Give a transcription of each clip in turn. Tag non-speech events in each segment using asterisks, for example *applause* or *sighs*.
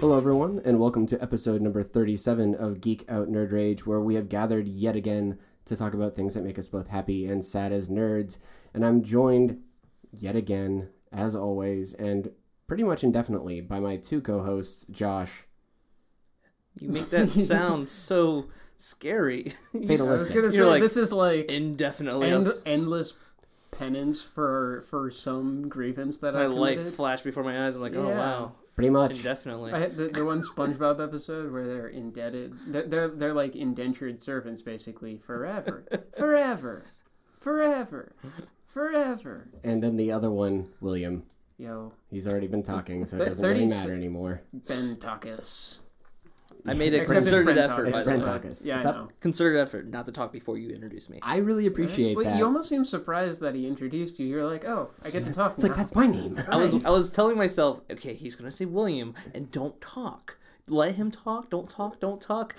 Hello, everyone, and welcome to episode number 37 of Geek Out Nerd Rage, where we have gathered yet again to talk about things that make us both happy and sad as nerds. And I'm joined yet again, as always, and pretty much indefinitely by my two co hosts, Josh. You make that *laughs* sound so scary. *laughs* You Fatalistic. s- I was You're gonna say like, this is like Indefinitely. end, I'll- endless penance for for some grievance that my I life committed. flashed before my eyes. I'm like, oh, Yeah. wow. Pretty much. Indefinitely. I had the, the one SpongeBob episode where they're indebted. They're, they're they're like indentured servants basically *laughs* forever, forever, forever, forever. And then the other one, William. Yo, He's already been talking, so it Th- doesn't really 30 matter anymore. Ben Takis. I made a Except it's concerted Brent effort, Tucker. by It's the Brent way. Takis. Yeah, I What's up? know. Concerted effort not to talk before you introduce me. I really appreciate Well, that. you almost seem surprised that he introduced you. You're like, oh, I get to talk It's like, now. that's my *laughs* name. Oh. I was I was telling myself, okay, he's gonna say William, and don't talk. Let him talk. Don't talk. Don't talk.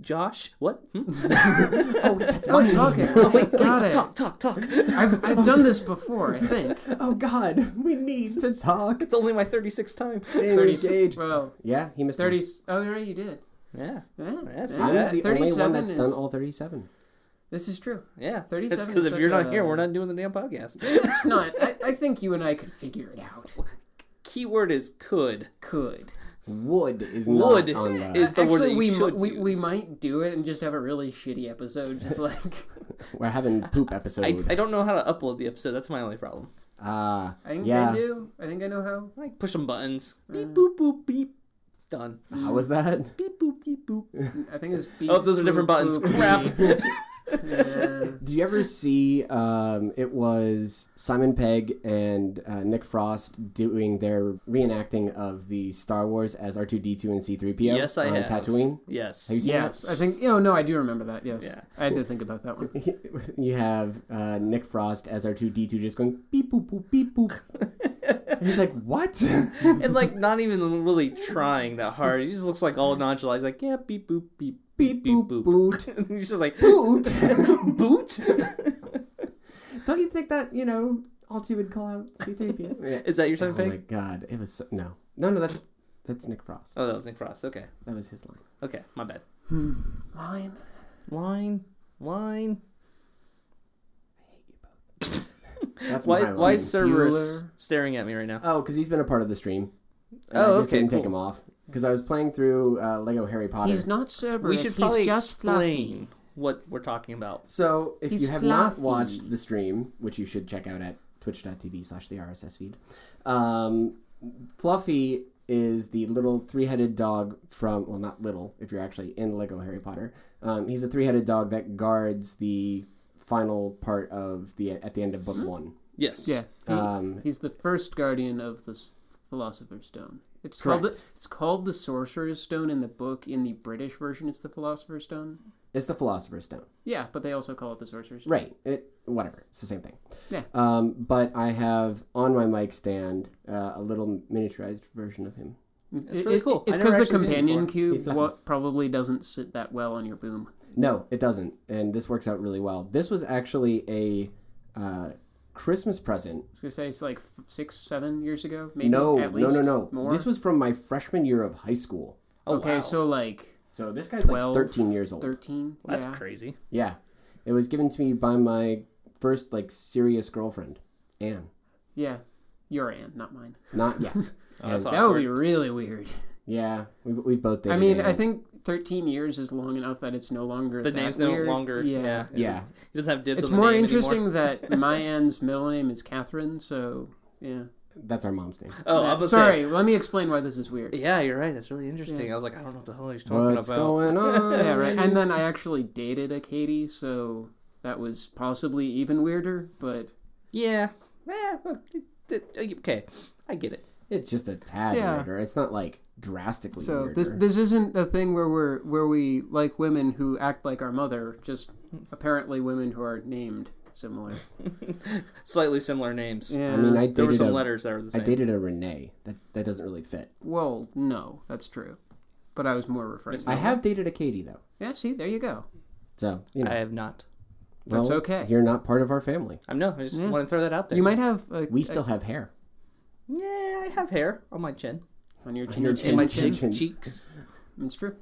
Josh, what? *laughs* Hmm? oh, that's Oh, my *laughs* talking. name. Okay, got it. Talk, talk, *laughs* talk. I've, I've done this before, I think. Oh, God. We need to talk. It's only my 36th time. Engage. Well, Yeah, he missed one. 30. Oh, you're right, you did. Yeah, Yeah, I see yeah, I'm that. the only one 37 that's is- done all 37. This is true. yeah. *laughs* 37 Because is if you're such not a- here, we're not doing the damn podcast. It's not. I, I think you and I could figure it out. Keyword is could. *laughs* Could. Wood is Wood not on the. is- the Actually, word that you we, mi- should we, we use. might do it and just have a really shitty episode. *laughs* Just like, We're having poop episode. I, I don't know how to upload the episode. That's my only problem. Ah, I think yeah. I do. I think I know how. Like push some buttons. Beep boop boop beep. Done. How was that? Beep boop beep boop. I think it's B. Oh, those are different buttons. Crap. *laughs* *laughs* Did you ever see? Um, it was Simon Pegg and uh, Nick Frost doing their reenacting of the Star Wars as R two D two and C three PO. Yes, I on have. Tatooine. *laughs* Yes. Have you seen Yes, I think. Oh no, I do remember that. Yes, Yeah. I had to think about that one. that? You have uh, Nick Frost as R two D two just going beep boop boop beep *laughs* boop. And he's like, what? and like not even really trying that hard. He just looks like all nonchalant. He's like, yeah, beep boop beep beep beep boop. *laughs* boot He's just like boot. boot. *laughs* Don't you think that, you know, Alti would call out *laughs* C3PO? yeah. Is that your Oh time my peg? god, it was so, no. No, no, that's that's Nick Frost. Oh, that was Nick Frost. Okay, That was his line. okay, my bad. Hmm. Mine. Line, line. That's Why? my Why line. is Cerberus Bueller. staring at me right now? Oh, cuz he's been a part of the stream. and Oh, I just okay, didn't take cool. him off cuz I was playing through uh, Lego Harry Potter. He's not we Cerberus. should probably he's just fluffy. explain what we're talking about. So, if you He's have not fluffy. watched the stream, which you should check out at twitch.tv slash the RSS feed, um, Fluffy is the little three headed dog from, well, not little, if you're actually in Lego Harry Potter. Um, he's a three headed dog that guards the final part of the, at the end of book one. Yes. Yeah. He, Um, he's the first guardian of the s- Philosopher's Stone. It's called the, Correct. it's called the Sorcerer's Stone in the book. In the British version, it's the Philosopher's Stone. It's the Philosopher's Stone. Yeah, but they also call it the Sorcerer's Stone. Right. It whatever. It's the same thing. Yeah. Um, but I have on my mic stand uh, a little miniaturized version of him. It's really cool. It's I never because the actually seen it companion before. He's cube fluffy. wa- probably doesn't sit that well on your boom. No, it doesn't. And this works out really well. This was actually a uh, Christmas present. I was gonna say it's like f- six, seven years ago, maybe. no, at no, least no, no. More. This was from my freshman year of high school. Oh, okay, wow. so like So this guy's 12, like 13 years old. thirteen. that's yeah. crazy. Yeah. It was given to me by my first like serious girlfriend, Anne. Yeah, your aunt, not mine. Not *laughs* yes. Oh, that's That would awkward. be really weird. yeah, we we both dated. I mean, I Annes. think thirteen years is long enough that it's no longer the that name's weird. no longer. Yeah. Yeah. yeah. He doesn't have dibs It's on the more name interesting Anymore. that my aunt's middle name is Catherine, so yeah. That's our mom's name. Oh, That- I'm gonna sorry. Let me explain why this is weird. Say, yeah, you're right. That's really interesting. I was like, I don't know what the hell he's talking What's about. going on? Yeah, right. And then I actually dated a Katie, so that was possibly even weirder. But Yeah. Eh, well, it- it- okay. I get it. *laughs* It's just a tad Yeah. weirder. It's not like drastically so weirder. this this isn't a thing where we're where we like women who act like our mother, just apparently women who are named similar. Slightly similar names. Yeah. I mean, I There were dated some a, letters that were the I same. dated a Renee. That that doesn't really fit. Well, no, that's true. But I was more referring. I have dated a Katie though. Yeah. See, there you go. So you know, I have not. well, that's okay. You're not part of our family. I'm no. I just Yeah. want to throw that out there. You might have. A, We still have hair. Yeah, I have hair on my chin. on your On chin, your chin, chin, chin. cheeks. It's true.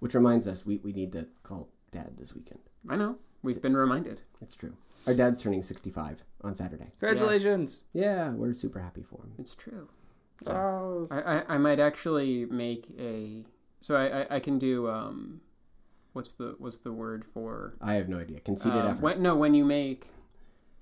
Which reminds us, we, we need to call dad this weekend. I know. We've been reminded. It's true. Our dad's turning 65 on Saturday. Congratulations. Yeah, we're super happy for him. It's true. Oh. I, I, I might actually make a. So I, I, I can do um, what's the what's the word for I have no idea. Conceited Uh, effort. when, no, when you make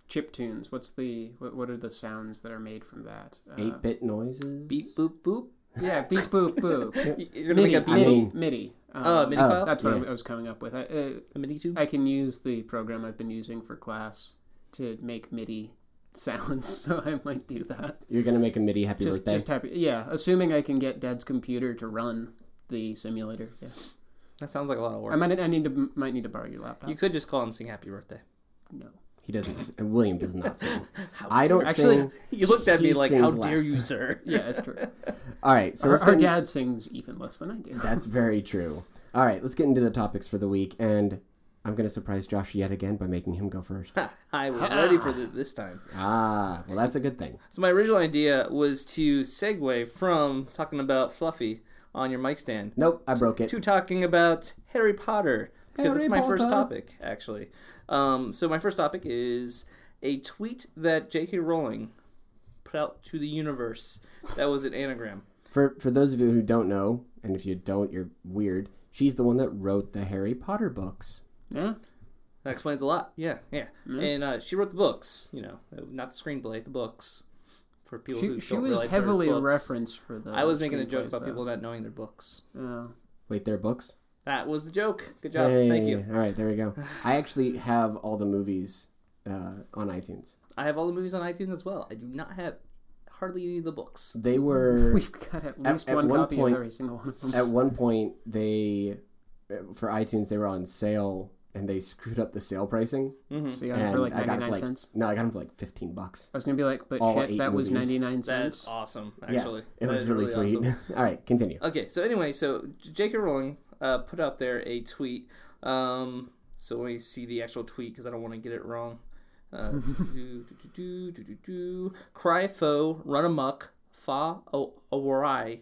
chip tunes, what's the what, what are the sounds that are made from that? Uh, Eight bit noises. Beep boop boop. Yeah, beep *laughs* boop boop. You're gonna make MIDI, a beep I MIDI, mean- MIDI. Um, Oh, a MIDI Oh. file. That's what yeah. I was coming up with. I, uh, A mini tube. I can use the program I've been using for class to make MIDI sounds, *laughs* so I might do that. You're gonna make a MIDI happy just birthday. just happy. Yeah, assuming I can get Dad's computer to run the simulator. Yeah, That sounds like a lot of I work. might I need to might need to borrow your laptop. You could just call and sing happy birthday. no. He doesn't. s- and William does not *laughs* sing. *laughs* How I don't Actually- sing. *laughs* You looked at He me like, sings "How dare less." *laughs* you, sir?" *laughs* Yeah, it's true. All right. So our, let's our get in- dad sings even less than I do. that's very true. All right. Let's get into the topics for the week, and I'm gonna surprise Josh yet again by making him go first. I was ready for the, this time. ah, well, that's a good thing. So my original idea was to segue from talking about Fluffy on your mic stand Nope, I broke it. to talking about Harry Potter because Harry that's my first Potter. topic actually. Um, so my first topic is a tweet that J.K. Rowling put out to the universe that was an anagram. For for those of you who don't know, and if you don't, you're weird. She's the one that wrote the Harry Potter books. Yeah. That explains a lot. Yeah, yeah. And uh, she wrote the books, you know, uh, not the screenplay, the books for people who She, don't she was realize they're heavily books. referenced for the. I was making a joke screenplays, about though. people not knowing their books. Yeah. Wait, their books. That was the joke. Good job. Thank you. Hey, All right, there we go. I actually have all the movies uh, on iTunes. I have all the movies on iTunes as well. I do not have hardly any of the books. They were We've got at least at one, one copy point- of every single one *laughs* of them. at one point they for iTunes they were on sale and they screwed up the sale pricing. so you got it and for like I got it for, 99 like- cents. No, I got them for like fifteen bucks. I was going to be like, but all eight shit, that was movies. 99 That's cents. awesome, actually. It That was is really, sweet. awesome. *laughs* All right, continue. Okay, so anyway, so J.K. Rowling uh, put out there a tweet. Um, so let me see the actual tweet because I don't want to get it wrong. *laughs* Uh, do, do, do, do, do, do, do. Cry foe, run amuck, fa o- awry.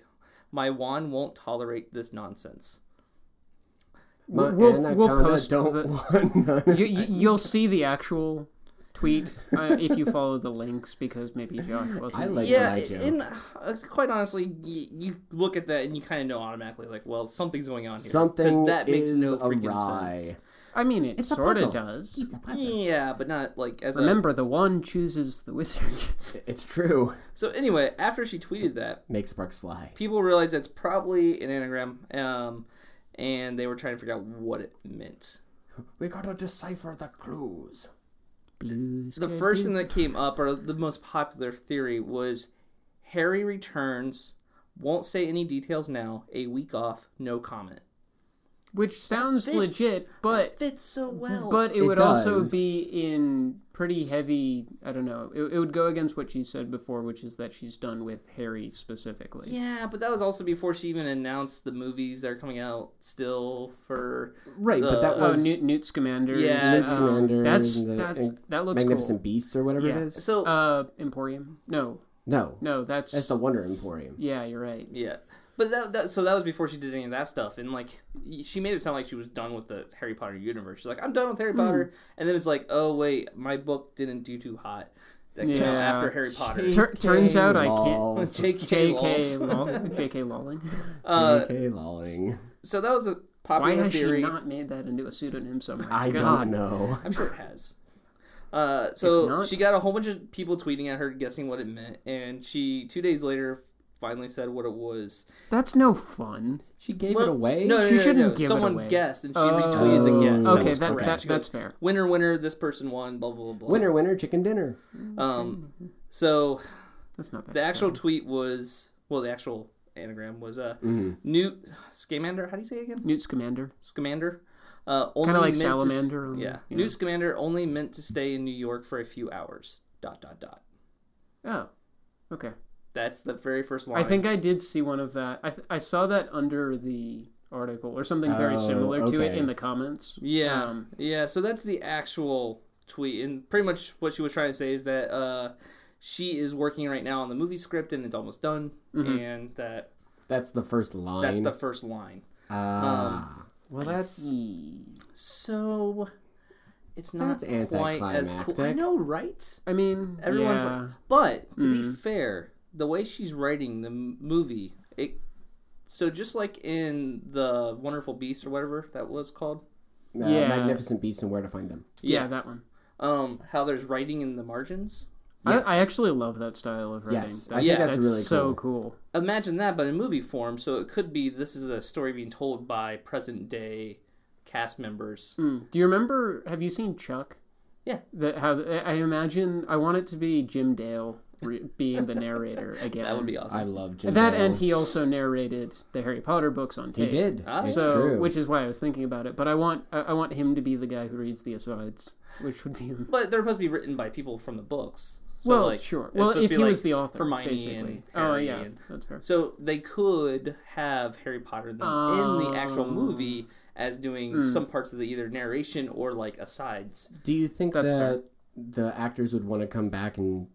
My wand won't tolerate this nonsense. My We'll- anaconda we'll post don't the- *laughs* want none. you, you, you'll see the actual tweet *laughs* uh, if you follow the links because maybe Josh wasn't. I like- yeah, when I joke. and uh, quite honestly, you, you look at that and you kind of know automatically, like, well, something's going on here. 'Cause Something that makes is no freaking awry. sense. I mean, it It's a sort puzzle. of does. It's a puzzle. Yeah, but not like as a Remember, the wand chooses the wizard. *laughs* It's true. So anyway, after she tweeted that, Make sparks fly. people realized that's probably an anagram, um, and they were trying to figure out what it meant. We gotta decipher the clues. Blues. The first thing that came up, or the most popular theory, was Harry returns. Won't say any details now. A week off, no comment. Which sounds Fits. legit, but Fits so Mm-hmm. well. But it, It would also does. be in pretty heavy. I don't know. It, it would go against what she said before, which is that she's done with Harry specifically. yeah, but that was also before she even announced the movies that are coming out still for uh, Right, but that The- Oh, was Newt, Newt Scamander. um, Yeah, Newt Scamander That's and the- that's and that looks Magnificent Beasts or whatever Yeah. it is. so cool. Uh, Emporium. No, No, no, that's that's the Wonder Emporium. yeah. You're right. Yeah, but that, that so that was before she did any of that stuff, and like y- she made it sound like she was done with the Harry Potter universe. She's like, I'm done with Hmm. Harry Potter, and then it's like, oh wait, my book didn't do too hot. That came out Yeah. after Harry *laughs* Potter. *laughs* Tur- turns out I can't- Lols. J.K. J.K. Lols. *laughs* Low- J.K. Lowling. Uh, J.K. Lolling. so that was a Why popular has theory. she not made that into a pseudonym somewhere? I don't God. *laughs* know. I'm sure it *laughs* has. Uh, so If not- she got a whole bunch of people tweeting at her, guessing what it meant, and she two days later finally said what it was. That's no fun. She gave Well, it away. No, no, She no, shouldn't no. give it Someone away. guessed, and she Oh, retweeted the guess. That Okay, was that, correct. that, She goes, that's fair. *laughs* Winner, winner, this person won, blah, blah, blah. Winner, winner, chicken dinner. Um, so That's not that. the actual tweet was well, the actual anagram was uh, Newt Scamander. How do you say it again? Newt Scamander. Scamander. Uh, only like meant to s- salamander on- yeah, yeah. Newt Scamander only meant to stay in New York for a few hours. Dot dot dot. Oh, okay. That's the very first line. I think I did see one of that. I, th- I saw that under the article or something very Oh, similar to it okay. in the comments. Yeah, Um, yeah. So that's the actual tweet, and pretty much what she was trying to say is that uh, she is working right now on the movie script and it's almost done, Mm-hmm. and that That's the first that's line. the um, first line. Ah. well, I that's see. So it's not That's quite as cool. I anticlimactic. know, right? I mean, Everyone's yeah. like, but to be fair, the way she's writing the m- movie, it so just like in the Wonderful Beast or whatever that was called, uh, Yeah. Magnificent Beasts and Where to Find Them. yeah, yeah. that one. um, how there's writing in the margins. Yes. I, I actually love that style of writing. Yes, I That's, think Yeah. that's, really so cool. cool. Imagine that, but in movie form. So it could be this is a story being told by present day cast members. Mm. Do you remember? Have you seen Chuck? Yeah. That how I imagine. I want it to be Jim Dale re- being *laughs* the narrator again. That would be awesome. I love Jim. that, Dale. and he also narrated the Harry Potter books on he tape. did. Ah. It's So, true. which is why I was thinking about it. But I want I, I want him to be the guy who reads the asides, which would be But they're supposed to be written by people from the books. So well, like, sure. it's Well, supposed to if be he like- was the author, Hermione basically. and oh Harry yeah, and- that's fair. So they could have Harry Potter then in the Oh. actual movie as doing Hmm. some parts of the either narration or like asides. Do you think That's that the actors would want to come back and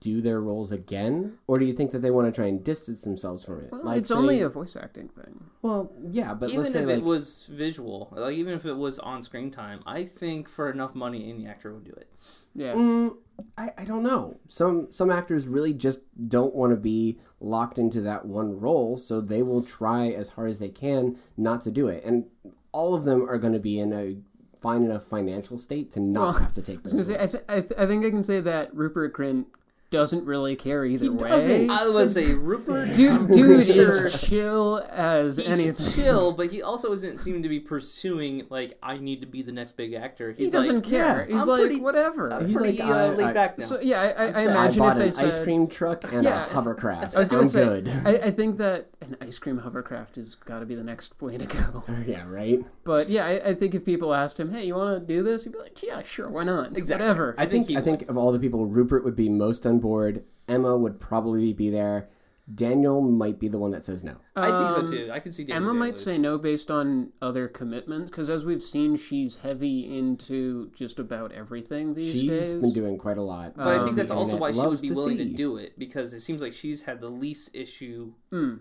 do their roles again, or do you think that they want to try and distance themselves from it? Well, Like, it's say- only a voice acting thing. well, yeah, but Even let's if say it like, was visual, like even if it was on screen time, I think for enough money any actor would do it. Yeah. Mm, I, I don't know. Some some actors really just don't want to be locked into that one role, so they will try as hard as they can not to do it. And all of them are going to be in a fine enough financial state to not have to take I was those. gonna say, I, th- I, th- I think I can say that Rupert Grint doesn't really care either way. doesn't. I would say Rupert Dude, I'm dude pretty *laughs* sure is chill as he's anything. chill, but he also isn't seeming to be pursuing like I need to be the next big actor. He He's doesn't like care. yeah, he's I'm like pretty- whatever. I'm He's pretty like, uh, I- laid I- back now. so yeah, I, I, I I I imagine if bought they an said ice cream truck and Yeah. a hovercraft. I was gonna am say, good. I, I think that an ice cream hovercraft has got to be the next way to go. *laughs* yeah, right. But yeah, I, I think if people asked him, "Hey, you want to do this?" He'd be like, "Yeah, sure, why not? Exactly. Whatever." I think, think he I think of all the people, Rupert would be most on board. Emma would probably be there. Daniel might be the one that says no. I think so Um, too. I can see Daniel Emma might Day-Lewis. say no based on other commitments because, as we've seen, she's heavy into just about everything these She's days. been doing quite a lot. But I Um, think that's also why she would be willing to do. do it because it seems like she's had the least issue Hmm.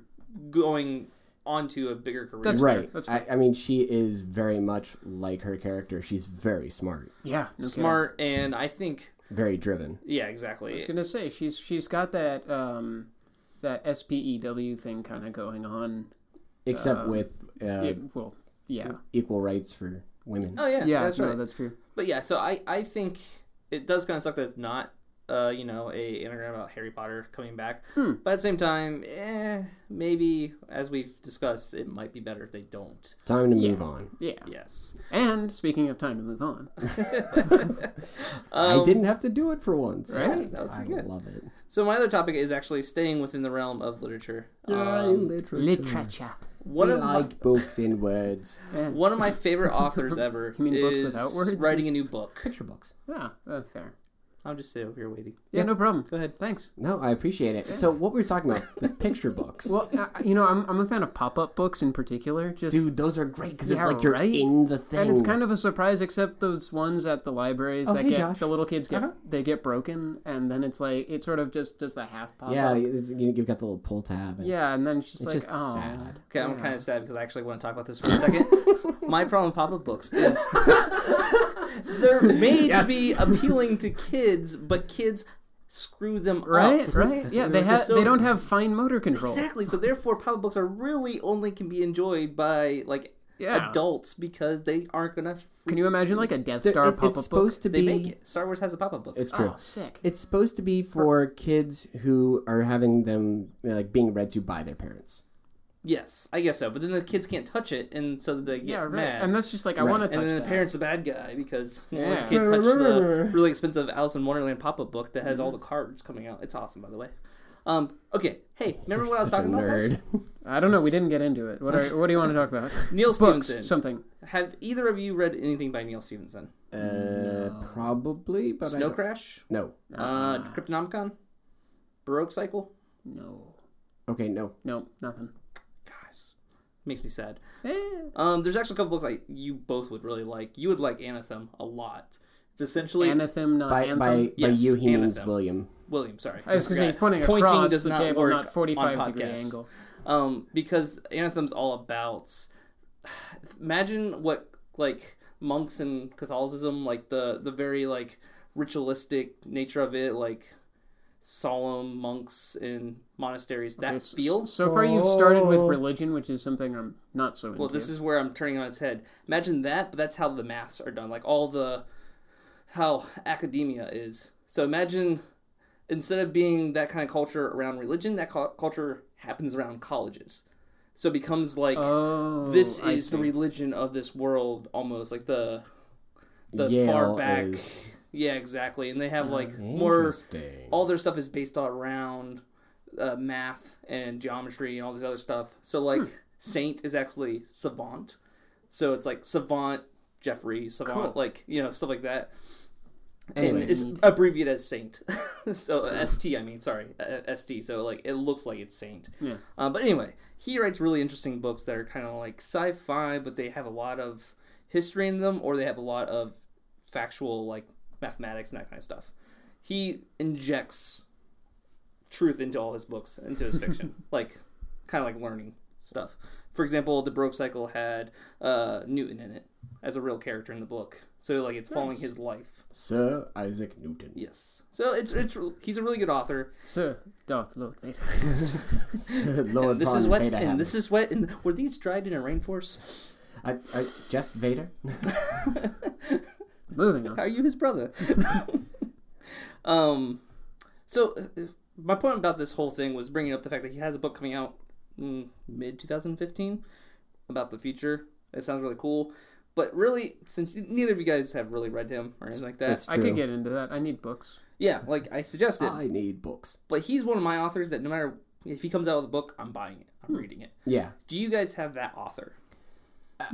going onto a bigger career. That's- Right. That's I, I mean, she is very much like her character. She's very smart, yeah, no kidding. smart, and I think very driven. yeah, I was exactly. gonna say she's she's got that um, that SPEW thing kind of going on. Except with uh, Yeah, well, yeah, equal rights for women. Oh yeah, yeah, that's no, right. that's true. But yeah, so I I think it does kind of suck that it's not. Uh, you know, a anagram about Harry Potter coming back, Hmm. but at the same time, eh, maybe as we've discussed, it might be better if they don't. Time to move on. Yeah. Yes, And speaking of time to move on, I didn't have to do it for once. right? that would I be good. love it. So my other topic is actually staying within the realm of literature. I Um, literally Literature. one of my, like *laughs* books in words. Yeah. one of my favorite authors ever. You mean books is without words? Writing a new book. Picture books. Yeah, uh, fair. I'll just stay over here waiting. Yeah, no problem. Go ahead. Thanks. No, I appreciate it. So what we were talking about with picture books. Well, I- you know, I'm I'm a fan of pop-up books in particular. Just *laughs* Dude, those are great because Yeah, it's like you're right? in the thing. And it's kind of a surprise, except those ones at the libraries Oh, that hey, get Josh. Uh-huh. the little kids get they get broken, and then it's like it sort of just does the half pop. yeah, up. it's, you- you've got the little pull tab. And uh, yeah, and then it's just It's like just oh, sad. Okay, I'm kind of sad because I actually want to talk about this for a second. my problem with pop-up books is they're made Yes. to be appealing to kids, but kids screw them right, Oh, up. right, yeah. we They were have so- they don't have fine motor control. Exactly. So therefore, pop-up books are really only can be enjoyed by like Yeah. adults because they aren't gonna. Can you imagine like a Death They're- Star it- pop it's up book? supposed to They be. make it. Star Wars has a pop-up book. It's true. Oh, sick. It's supposed to be for kids who are having them you know, like being read to by their parents. Yes, I guess so. But then the kids can't touch it, and so they get yeah, right. mad. And that's just like I Right. want to touch And then the that. parent's the bad guy because well, Yeah. he can't touch *laughs* the really expensive Alice in Wonderland pop-up book that has all the cards coming out. It's awesome, by the way. Um, okay, hey, remember what I was Such a talking about? guys? nerd. I don't know. We didn't get into it. What are, what do you want to *laughs* talk about? Neil Books, Stevenson. something. Have either of you read anything by Neil Stevenson? Uh, Probably, but I Snow don't- Crash, No. uh, Cryptonomicon, Baroque Cycle. No, Okay, no. no, nothing. Gosh, makes me sad. Eh. Um, there's actually a couple books I you both would really like. You would like Anathem a lot. It's essentially Anathem, not By anthem. by, Yes, by you he means Anathem. William. William. Sorry, I was going to say he's forgot. pointing across does the not table, work not on 45 degree podcasts. angle. um, because anthem's all about. Imagine what like monks in Catholicism, like the the very like ritualistic nature of it, like solemn monks in monasteries. That It's- feel. Oh. So far, you've started with religion, which is something I'm not so into. Well, this is where I'm turning on its head. Imagine that, but that's how the maths are done. Like all the how academia is. So imagine instead of being that kind of culture around religion, that cul culture happens around colleges. So it becomes like oh, this I is the see. religion of this world almost like the the Yale far back. is- Yeah, exactly. And they have Ah, like more Interesting. all their stuff is based around uh, math and geometry and all this other stuff. So like Saint is actually savant. So it's like savant Jeffrey savant like you know stuff like that. And Anyways. it's abbreviated as Saint. *laughs* so ST I mean sorry uh, ST. So like it looks like it's Saint. Yeah. Uh, but anyway, he writes really interesting books that are kind of like sci-fi, but they have a lot of history in them, or they have a lot of factual like mathematics and that kind of stuff. He injects truth into all his books, into his fiction, like kind of like learning stuff. For example, the Broke Cycle had uh, Newton in it as a real character in the book, so like it's following his life. Sir Isaac Newton. Yes, so it's it's he's a really good author. Sir Darth Lord Vader. *laughs* Lord And this Von is what's Vader and Hammer. this is what and were these dried in a rainforest? *laughs* I, I, Jeff Vader. *laughs* Uh, Moving on. Are you his brother? *laughs* um, so uh, my point about this whole thing was bringing up the fact that he has a book coming out mm, mid 2015 about the future. It sounds really cool, but really, since neither of you guys have really read him or anything like that, That's I true. could get into that. I need books. yeah, like I suggested, I need books. but he's one of my authors that no matter if he comes out with a book, I'm buying it, Hmm. I'm reading it. Yeah. Do you guys have that author? I-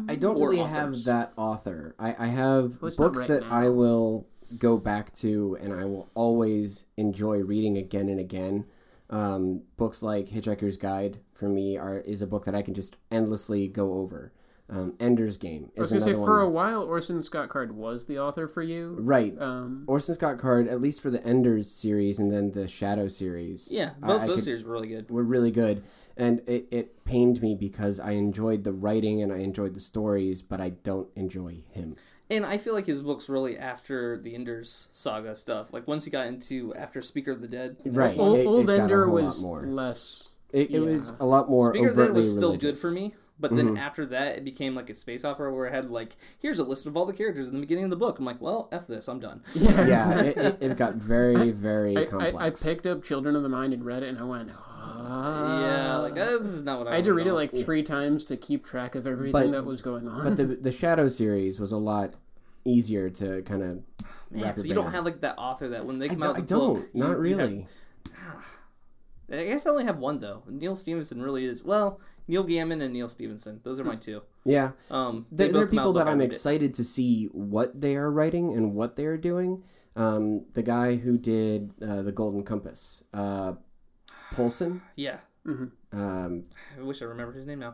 I don't Or really have authors. that author. I, I have Well, it's not books right that now. I will go back to and I will always enjoy reading again and again. Um, books like Hitchhiker's Guide for me are is a book that I can just endlessly go over. Um, Ender's Game I was is going to another say, for a one. while, Orson Scott Card was the author for you. Right. Um, Orson Scott Card, at least for the Enders series and then the Shadow series. Yeah, I- both I those could- series were really good. were really good and it, it pained me because i enjoyed the writing and i enjoyed the stories but i don't enjoy him And I feel like his books really after the Ender's saga stuff. Like once he got into after Speaker of the Dead, that was Right. one- old, it- old it got a Ender whole lot was more. less. it, it Yeah. was a lot more Speaker of the Dead overtly was still good religious. Mm-hmm. for me, but then after that, it became like a space opera where it had like here's a list of all the characters in the beginning of the book. I'm like, well, f this, I'm done. *laughs* yeah it, it, *laughs* it got very very I, complex I, I picked up Children of the Mind and read it, and I went, ah. yeah, like uh, this is not what I, I had to wanna read it know. like three times to keep track of everything But- that was going on. but *laughs* the, the shadow series was a lot easier to kind of Man, so you don't have like that author that when they I come don't, out I with a don't book, you- not you have- really I guess I only have one though. Neil Stevenson really is well. Neil Gaiman and Neil Stevenson, those are my two. yeah Um, they Hmm. there, there both are come out people with that a book, I I'm read it. excited to see what they are writing and what they are doing. Um, the guy who did uh, the Golden Compass, uh, *sighs* Polson. Yeah, Mm-hmm. Um, I wish I remembered his name now.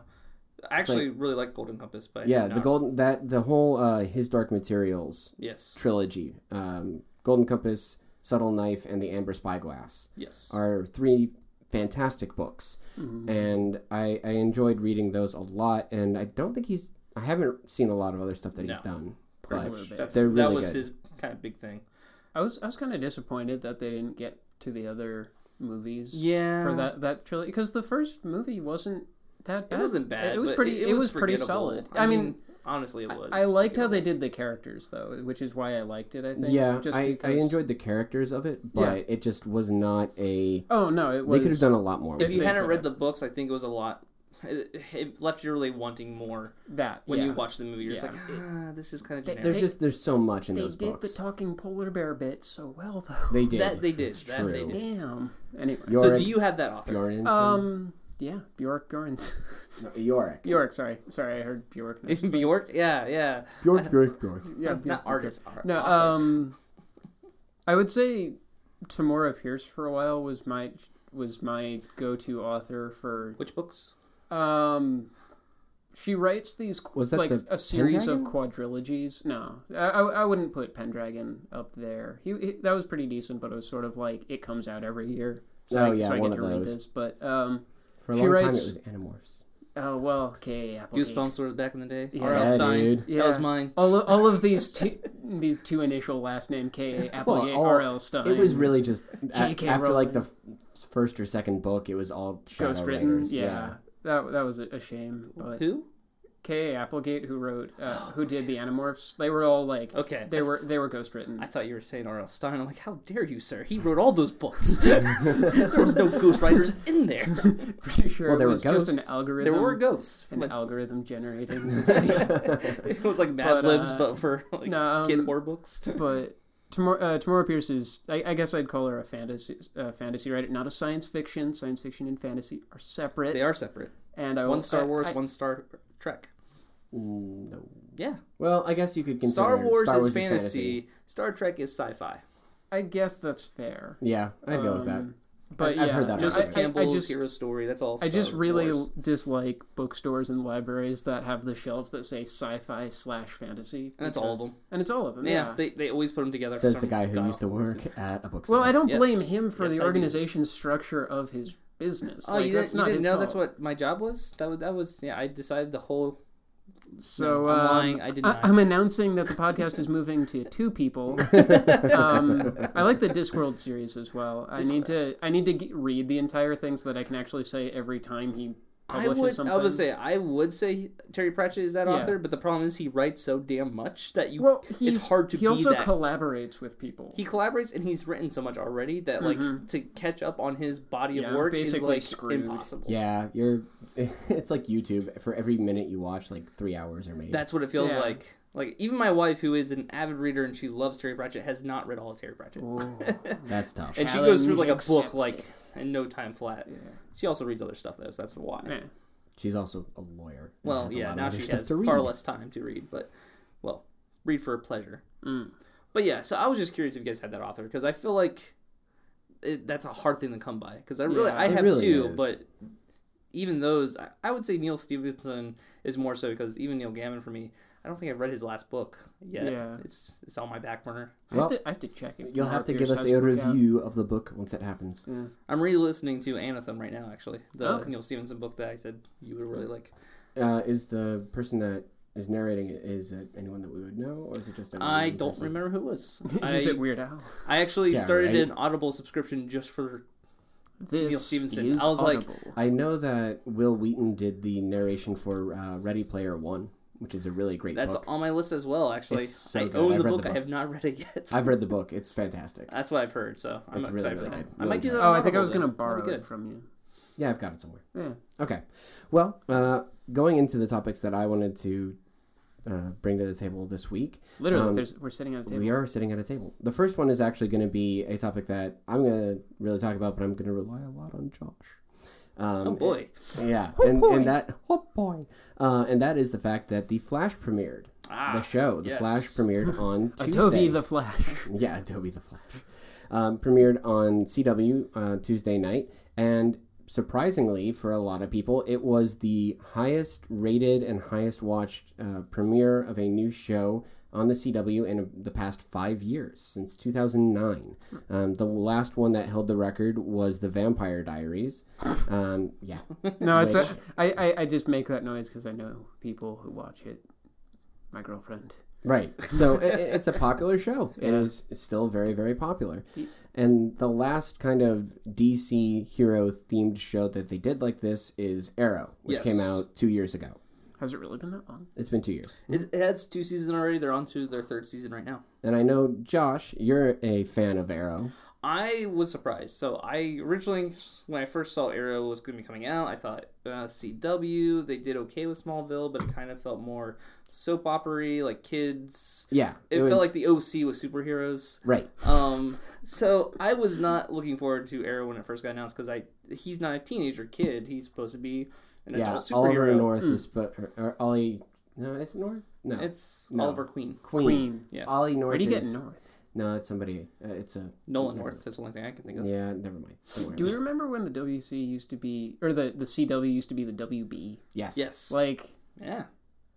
I actually really like Golden Compass, but I yeah, did the not- golden that the whole uh, His Dark Materials yes, trilogy, um, Golden Compass, Subtle Knife, and the Amber Spyglass yes, are three fantastic books, Mm-hmm. and I, I enjoyed reading those a lot. And I don't think he's I haven't seen a lot of other stuff that he's No. done, Pretty but much. That's, they're that really was good. his kind of big thing. I was I was kind of disappointed that they didn't get to the other movies. Yeah, For that that trilogy, because the first movie wasn't that it bad. wasn't bad. It was but pretty. It, was, pretty forgettable. solid. I, mean, honestly, it was. I liked how they forgettable. did the characters though, which is why I liked it. I think. Yeah, just I, I because- enjoyed the characters of it, but Yeah. it just was not a. Oh no, it They was. could have done a lot more. With If you it. they hadn't could read have. the books, I think it was a lot. It, it left you really wanting more that when yeah. you watch the movie. You're Yeah. just like, ah, this is kind of generic. There's just there's so much in They those did books. the talking polar bear bit so well though. they did. that they did. It's That they true. did. Damn. Anyway. Your- So Bjorn- do you have that author? *laughs* Bjorn. um. Yeah, Bjork Gorns. Yorick. *laughs* Bjork, sorry, sorry, I heard *laughs* Bjork. next. Bjork? Yeah, yeah. Bjork. Bjork. Bjork. Yeah, Not Bjork. artist. Art, No, author. um, I would say Tamora Pierce for a while was my was my go to author for Which books? um, She writes these qu- Was that like the a series of Pendragon? quadrilogies. No, I, I, I wouldn't put Pendragon up there. He, he- that was pretty decent, but it was sort of like it comes out every year. So Oh, I, yeah, so I one get of to read those. this, but um, For a She long writes- time, it was Animorphs. oh well, okay, Applegate. Goosebumps were back in the day. Yeah. R.L. Yeah, Stein. dude. Yeah. That was mine. All, o- all of these two, *laughs* the two initial last name K A Applegate all- R L Stein. It was Um, really just a- J.K. after like the Rowling. f- first or second book, it was all shadow ghost written. writers. Yeah. That, that was a a shame, but Who? K. A. Applegate, who wrote, *gasps* uh, who did the Animorphs, they were all like, Okay. they were they were ghost written. I thought you were saying R.L. Stein. I'm like, how dare you, sir? He wrote all those books. *laughs* there was no ghostwriters in there. *laughs* pretty sure Well, there it were was just an ghosts. algorithm. There were ghosts. an Like, *laughs* algorithm generating the scene. it was like Mad But, Libs, uh, but for like no, um, kid horror books. but Tamora, uh, Tamora Pierce is, I, I guess I'd call her a fantasy uh, fantasy writer, not a science fiction. Science fiction and fantasy are separate. They are separate. And I, One Star I- Wars, I- one Star Trek. Mm, no. Yeah. Well, I guess you could consider Star Wars, is fantasy. Star Trek is sci-fi. I guess that's fair. Yeah, I'd go with that. Um, But I've- I've yeah, heard that no, one. I- Joseph I- I, Campbell's just, hero story. That's all. Star I just really Wars. dislike bookstores and libraries that have the shelves that say sci-fi slash fantasy. And it's all of because- them. And it's all of them. Yeah, yeah. They, they always put them together. for Says some the guy who god used to reason. work at a bookstore. Well, I don't blame Yes. him for Yes, I the do. organization structure of his business. Oh, like, you that's didn't, you not didn't his know fault. that's what my job was? That was, that was yeah. I decided the whole. So No, I'm um, lying. I did not. am announcing that the podcast is moving to *laughs* two people. um, I like the Discworld series as well. I need to I need to g read the entire thing so that I can actually say every time he I publishes would. something. I would say I would say Terry Pratchett is that Yeah. author, but the problem is he writes so damn much that you. well, he's, it's hard to He be also that. collaborates with people. he collaborates and he's written so much already that like to catch up on his body of Mm-hmm. Yeah, I'm work is basically like screwed. impossible. Yeah, you're. *laughs* It's like YouTube. For every minute you watch, like three hours are made. That's what it feels Yeah. like. Like even my wife, who is an avid reader and she loves Terry Pratchett, has not read all of Terry Pratchett, *laughs* That's tough. and she goes through Challenge like a book accepted. like in no time flat. She also reads other stuff though, so that's why. Yeah. She's also a lawyer. and Well, has a lot yeah, of now other she stuff has to read. far less time to read, but well, read for pleasure. Mm. But yeah, so I was just curious if you guys had that author because I feel like it, that's a hard thing to come by because I really Yeah, I it have really two, is. but even those I, I would say Neil Stevenson is more so because even Neil Gaiman for me. I don't think I've read his last book yet. Yeah. It's it's on my back burner. I, have Well, to, I have to check it. You'll have to give us a review of the book once it happens. I'm re-listening to Anathem right now, actually, the Okay. Neil Stevenson book that I said you would really like. Uh, is the person that is narrating it is it anyone that we would know, or is it just? a I random don't person? remember who it *laughs* was. Is I, it Weird Al? I actually Yeah, started right? an Audible subscription just for This Stevenson. is I was like- audible. I know that Will Wheaton did the narration for uh, Ready Player One, which is a really great That's book. on my list as well. Actually, It's so I good. own I've the read book. the I book. have not read it yet. I've read the book; it's fantastic. That's what I've heard. So I'm It's really, excited really for that. good. I might Really do good. that. Oh, on I think I Audible, was going to then. That'd be borrow it good. from you. Yeah, I've got it somewhere. Yeah. Okay, well, uh, going into the topics that I wanted to uh, bring to the table this week, Literally, Um, there's, we're sitting at a table. we are sitting at a table. The first one is actually going to be a topic that I'm going to really talk about, but I'm going to rely a lot on Josh. Um, Oh boy, Yeah, Oh, and, boy. and that oh boy, uh, and that is the fact that the Flash premiered the ah, show. The yes. Flash premiered on Tuesday. Adobe the Flash. *laughs* yeah, Adobe the Flash um, premiered on CW uh, Tuesday night, and surprisingly for a lot of people, it was the highest rated and highest watched uh, premiere of a new show on the CW in the past five years since 2009. Um, the last one that held the record was The Vampire Diaries. Um, yeah. *laughs* No, it's Which- a, I, I, I just make that noise because I know people who watch it. My girlfriend. Right. So i i- it's a popular show. It is still very, very popular. And the last kind of DC hero themed show that they did like this is Arrow, which Yes. came out two years ago. Has it really been that long? It's been two years. It, it has two seasons already. They're on to their third season right now. And I know, Josh, you're a fan of Arrow. I was surprised. So I originally, when I first saw Arrow was going to be coming out, I thought uh, CW. They did okay with Smallville, but it kind of felt more soap opery, like kids. Yeah. It, was- felt like the OC with superheroes. Right. Um, so I was not looking forward to Arrow when it first got announced because I he's not a teenager kid. He's supposed to be an Yeah. adult Oliver superhero. Hmm. North is. But, or, or Ollie. No, it's North? No. It's No. Oliver Queen. Queen. Queen. Yeah. Ollie North. Where do you get is- North? No, it's somebody. Uh, it's a. Nolan North. That's the only thing I can think of. Yeah, never mind. Don't worry Do we about it. remember when the WC used to be, or the, the CW used to be the WB? Yes. Yes. Like, Yeah.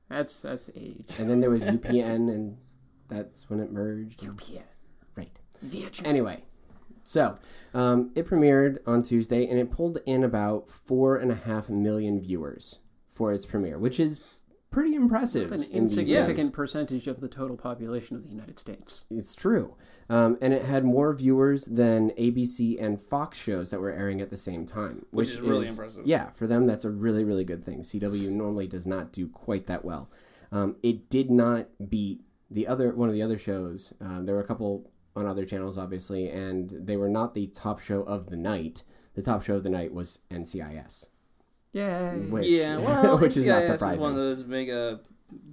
That's that's age. And then there was UPN, and that's when it merged. and- UPN. Right. Anyway, so um, it premiered on Tuesday, and it pulled in about four and a half million viewers for its premiere, which is pretty impressive. An in these insignificant days. percentage of the total population of the United States. It's true. Um, and it had more viewers than ABC and Fox shows that were airing at the same time. Which is really impressive. Yeah, for them, that's a really, really good thing. CW normally does not do quite that well. Um, it did not beat the other one of the other shows. Um, there were a couple on other channels, obviously, and they were not the top show of the night. The top show of the night was NCIS. Yay. Which, *laughs* yeah. Well, which is not NCIS surprising. one of those mega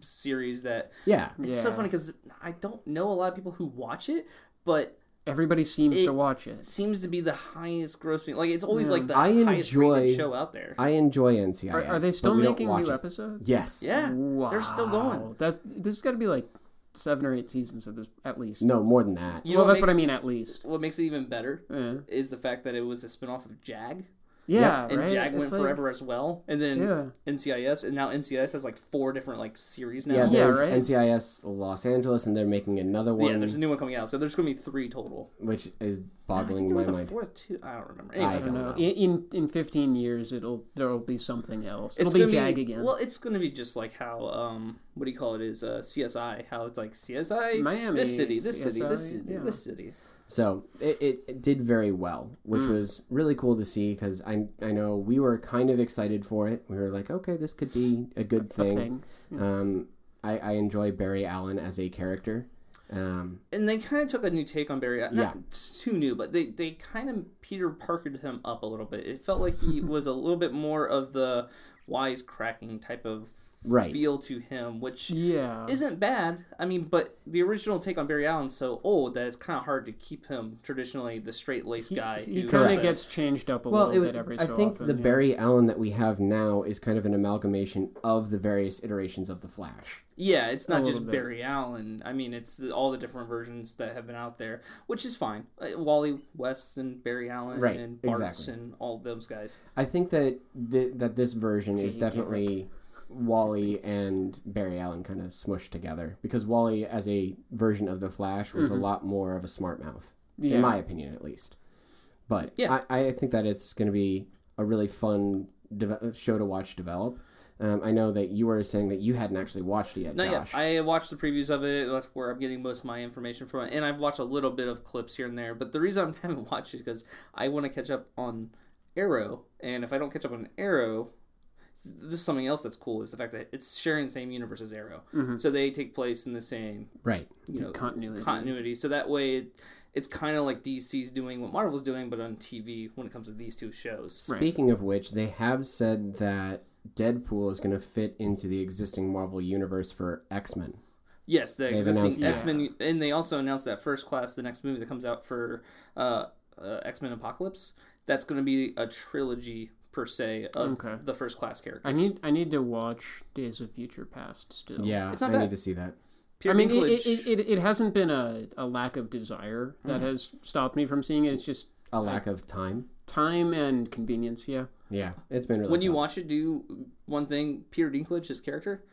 series that yeah, it's so Yeah. funny because I don't know a lot of people who watch it, but Everybody seems It- to watch it. seems to be the highest grossing. Like it's always like the Hmm, I highest enjoy- rated show out there. I enjoy NCIS. Are, are they but still we don't making watch new it. episodes? Yes. yeah, Wow. they're still going. That there's got to be like seven or eight seasons of this at least. No, more than that. You know well, that's what I makes- mean. At least. What makes it even better Yeah. is the fact that it was a spinoff of Jag, Yeah. and right. Jag It's went like- forever as well, and then Yeah. NCIS, and now NCIS has like four different like series now. Yeah, Yeah, there's right. NCIS Los Angeles, and they're making another Yeah, one, there's a new one coming out, so there's gonna be three total. which is I think boggling there my was a mind. fourth too. I don't remember. I I Anyway, don't don't know. know. In, in in 15 years, it'll there'll be something else. It'll it's be gonna Jag again. Well, it's gonna be just like how um, what do you call it? Is uh, CSI? How it's like CSI, Miami, this city, this city, this CSI, city, yeah. this city. So it, it, it did very well, which Hmm. was really cool to see because I I know we were kind of excited for it. We were like, okay, this could be a good A thing. thing. Hmm. Um, I, I enjoy Barry Allen as a character. Um, and they kind of took a new take on Barry. uh, Not Yeah. too new, but they they kind of Peter Parkered him up a little bit. It felt like *laughs* he was a little bit more of the wisecracking type of Right. feel to him, which Yeah. isn't bad. I mean, but the original take on Barry Allen's so old that it's kind of hard to keep him traditionally the straight laced guy. He who's kind Correct. of a- gets changed up a well, it little was, bit every I so think often. the yeah. Barry Allen that we have now is kind of an amalgamation of the various iterations of the Flash. Yeah, it's A not little just bit. Barry Allen. I mean, it's all the different versions that have been out there, which is fine. Uh, Wally West and Barry Allen Right, and Barks exactly. and all those guys. I think that th- that this version is Jay definitely Wally and Barry Allen kind of smushed together because Wally, as a version of the Flash, was Mm-hmm. a lot more of a smart mouth, Yeah. in my opinion, at least. But Yeah. I, I think that it's going to be a really fun deve- show to watch develop. Um, I know that you were saying that you hadn't actually watched it yet, Not Josh. yet. I watched the previews of it. That's where I'm getting most of my information from, and I've watched a little bit of clips here and there. But the reason *laughs* I haven't watched it is because I want to catch up on Arrow, and if I don't catch up on Arrow, this is something else that's cool is the fact that it's sharing the same universe as Arrow, so they take place in the same right. you know continuity. continuity. So that way, it, it's kind of like DC's doing what Marvel's doing, but on TV when it comes to these two shows. Right. Speaking of which, they have said that Deadpool is going to fit into the existing Marvel universe for X Men. Yes, the announced existing that. X Men, and they also announced that First Class, the next movie that comes out for uh, uh, X Men Apocalypse, that's going to be a trilogy per se of Okay. the First Class characters. I need I need to watch Days of Future Past still. Yeah, It's not I bad. need to see that. Peter I mean, Dinklage, it, it, it, it hasn't been a, a lack of desire that has stopped me from seeing it. It's just a lack of time. time and convenience. Yeah. Yeah, it's been really. when you tough. watch it, do one thing. Peter Dinklage, his character,